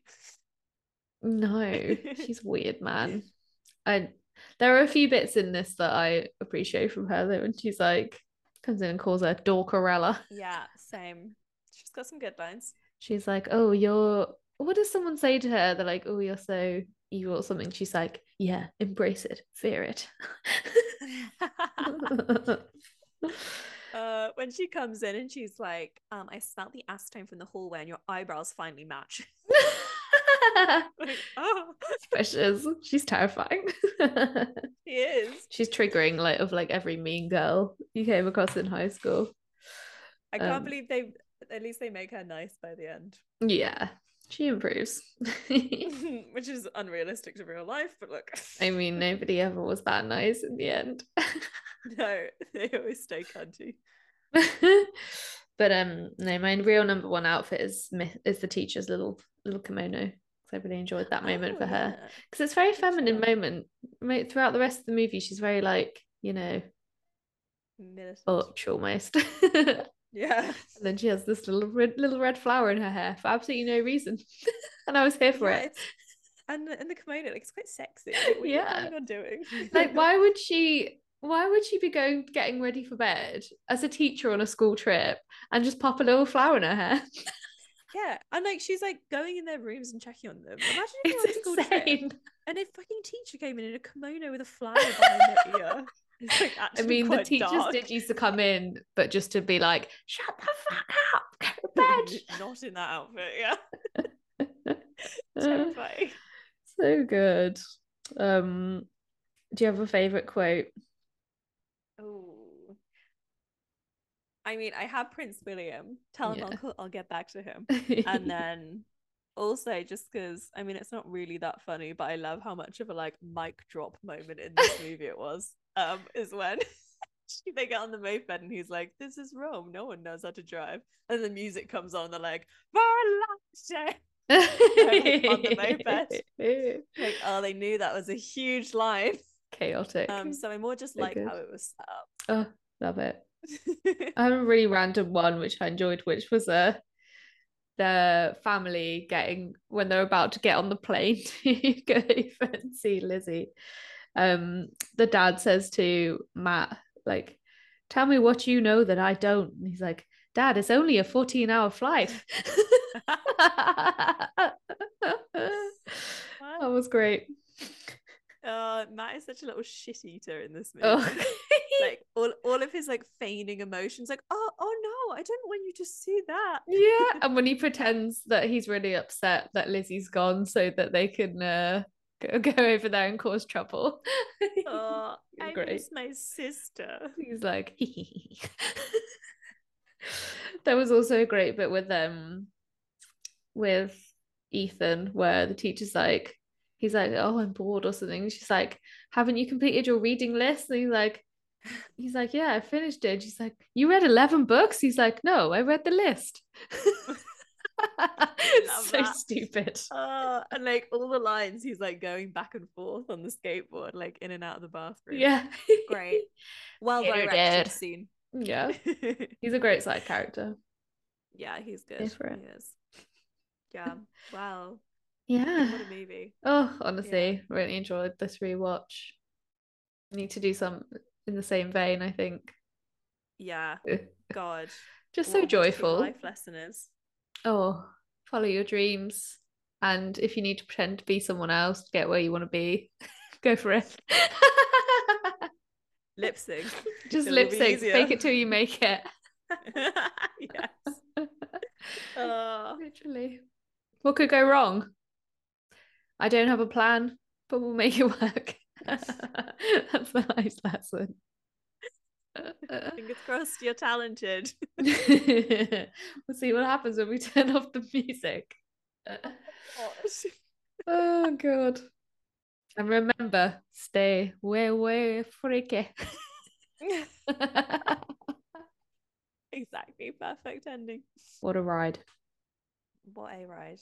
[SPEAKER 2] No, she's weird, man. I there are a few bits in this that I appreciate from her though, when she's like comes in and calls her Dorcarella.
[SPEAKER 1] Yeah, same. She's got some good lines.
[SPEAKER 2] She's like, "Oh, you're." What does someone say to her? They're like, "Oh, you're so evil" or something. She's like, "Yeah, embrace it, fear it."
[SPEAKER 1] uh, when she comes in and she's like, um, I smelt the acetone from the hallway and your eyebrows finally match. like, oh,
[SPEAKER 2] Precious. She's terrifying.
[SPEAKER 1] she is.
[SPEAKER 2] She's triggering like of like every mean girl you came across in high school.
[SPEAKER 1] I can't
[SPEAKER 2] Um,
[SPEAKER 1] believe they, at least they make her nice by the end,
[SPEAKER 2] Yeah, she improves. I
[SPEAKER 1] which is unrealistic to real life, but look.
[SPEAKER 2] mean, nobody ever was that nice in the end.
[SPEAKER 1] no, they always stay cunty.
[SPEAKER 2] but um, no, my real number one outfit is mi- is the teacher's little little kimono. 'cause I really enjoyed that moment for
[SPEAKER 1] Oh,
[SPEAKER 2] her.
[SPEAKER 1] yeah.
[SPEAKER 2] because it's a very
[SPEAKER 1] Good for her.
[SPEAKER 2] feminine moment Mo- throughout the rest of the movie she's very like you know
[SPEAKER 1] Militant.
[SPEAKER 2] butch almost and
[SPEAKER 1] Yeah.
[SPEAKER 2] then she has this little red, little red flower in her hair for absolutely no reason and I was here for
[SPEAKER 1] Yeah,
[SPEAKER 2] it
[SPEAKER 1] it's- And the- and the kimono, like it's quite sexy. Like, what are
[SPEAKER 2] Yeah.
[SPEAKER 1] you planning on doing?
[SPEAKER 2] like why would she why would she be going getting ready for bed as a teacher on a school trip and just pop a little flower in her hair
[SPEAKER 1] Yeah, and like she's like going in their rooms and checking on them. Imagine if you're on a
[SPEAKER 2] it's
[SPEAKER 1] school trip
[SPEAKER 2] insane
[SPEAKER 1] and a fucking teacher came in in a kimono with a flower behind their ear. It's like
[SPEAKER 2] I
[SPEAKER 1] actually
[SPEAKER 2] mean the
[SPEAKER 1] quite
[SPEAKER 2] teachers
[SPEAKER 1] dark.
[SPEAKER 2] did used to come in but just to be like shut the fuck up go to bed
[SPEAKER 1] Not in that outfit, yeah.
[SPEAKER 2] Uh,
[SPEAKER 1] Terrifying.
[SPEAKER 2] so good. Um, do you have a favorite quote?
[SPEAKER 1] Oh. I mean, I have Prince William. Tell him
[SPEAKER 2] Yeah.
[SPEAKER 1] I'll, co- I'll get back to him. And uh, then also just because I mean it's not really that funny, but I love how much of a like mic drop moment in this movie it was. Um, is when she- they get on the moped and he's like, "This is Rome. No one knows how to drive." And the music comes on. They're like, "Volante!" like, on the moped. Like, oh, they knew that was a huge line.
[SPEAKER 2] Chaotic.
[SPEAKER 1] Um, so I more just
[SPEAKER 2] So
[SPEAKER 1] like
[SPEAKER 2] good.
[SPEAKER 1] how it was set up.
[SPEAKER 2] Love it. I have a really random one which I enjoyed, which was uh the family getting when they're about to get on the plane to go over and see Lizzie. Um, the dad says to Matt, like, tell me what you know that I don't. And he's like, Dad, it's only a 14 hour flight. that
[SPEAKER 1] What?
[SPEAKER 2] was great.
[SPEAKER 1] Uh, Matt is such a little shit eater in this movie.
[SPEAKER 2] Oh.
[SPEAKER 1] like all, all of his like feigning emotions like oh oh no i don't want you to see that
[SPEAKER 2] yeah and when he pretends that he's really upset that lizzie's gone so that they can uh go, go over there and cause trouble
[SPEAKER 1] oh
[SPEAKER 2] You're
[SPEAKER 1] i
[SPEAKER 2] great.
[SPEAKER 1] miss my sister
[SPEAKER 2] he's like there was also a great bit with um with ethan where the teacher's like he's like oh i'm bored or something And she's like haven't you completed your reading list and he's like he's like yeah i finished it she's like you read 11 books he's like no i read the list
[SPEAKER 1] Love
[SPEAKER 2] it's so
[SPEAKER 1] that.
[SPEAKER 2] stupid
[SPEAKER 1] oh and like all the lines he's like going back and forth on the skateboard like in and out of the bathroom
[SPEAKER 2] yeah
[SPEAKER 1] great well
[SPEAKER 2] Peter
[SPEAKER 1] directed
[SPEAKER 2] did.
[SPEAKER 1] scene
[SPEAKER 2] yeah he's a great side character
[SPEAKER 1] yeah he's good
[SPEAKER 2] Here for it.
[SPEAKER 1] he is yeah wow
[SPEAKER 2] yeah
[SPEAKER 1] what a movie
[SPEAKER 2] Oh, honestly, really enjoyed this rewatch. Need to do some in the same vein, I think.
[SPEAKER 1] yeah god
[SPEAKER 2] Just
[SPEAKER 1] what
[SPEAKER 2] so
[SPEAKER 1] a wonderful
[SPEAKER 2] joyful.
[SPEAKER 1] life lesson is
[SPEAKER 2] Oh, follow your dreams. And if you need to pretend to be someone else to get where you want to be, go for it.
[SPEAKER 1] lip sync
[SPEAKER 2] Just
[SPEAKER 1] It'll
[SPEAKER 2] lip
[SPEAKER 1] be
[SPEAKER 2] sync,
[SPEAKER 1] easier.
[SPEAKER 2] fake it till you make it.
[SPEAKER 1] yes oh
[SPEAKER 2] Literally. What could go wrong? I don't have a plan, but we'll make it work. That's the life lesson.
[SPEAKER 1] Fingers crossed, you're talented.
[SPEAKER 2] we'll see what happens when we turn off the music. oh god. And remember, stay way way freaky.
[SPEAKER 1] exactly. Perfect ending.
[SPEAKER 2] what a ride.
[SPEAKER 1] What a ride.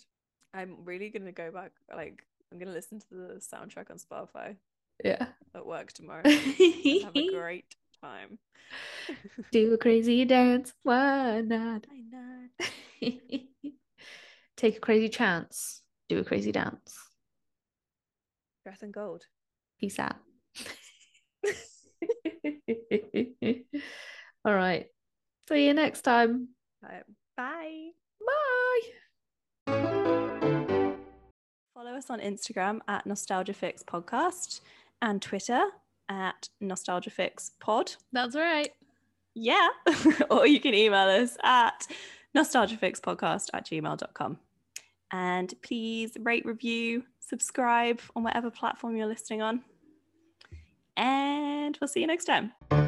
[SPEAKER 1] I'm really gonna go back like I'm gonna listen to the soundtrack on Spotify
[SPEAKER 2] Yeah.
[SPEAKER 1] at work tomorrow. and have a
[SPEAKER 2] Do
[SPEAKER 1] great time.
[SPEAKER 2] a crazy dance. Why not?
[SPEAKER 1] Why not?
[SPEAKER 2] Take a crazy chance. Do a crazy dance.
[SPEAKER 1] Dress in gold.
[SPEAKER 2] Peace out. All right. See you next time.
[SPEAKER 1] Right. Bye.
[SPEAKER 2] Bye.
[SPEAKER 1] Follow us on Instagram at NostalgiaFix Podcast and Twitter at NostalgiaFix Pod.
[SPEAKER 2] That's right.
[SPEAKER 1] Yeah. or you can email us at nostalgiafixpodcast at gmail.com. And please rate, review, subscribe on whatever platform you're listening on. And we'll see you next time.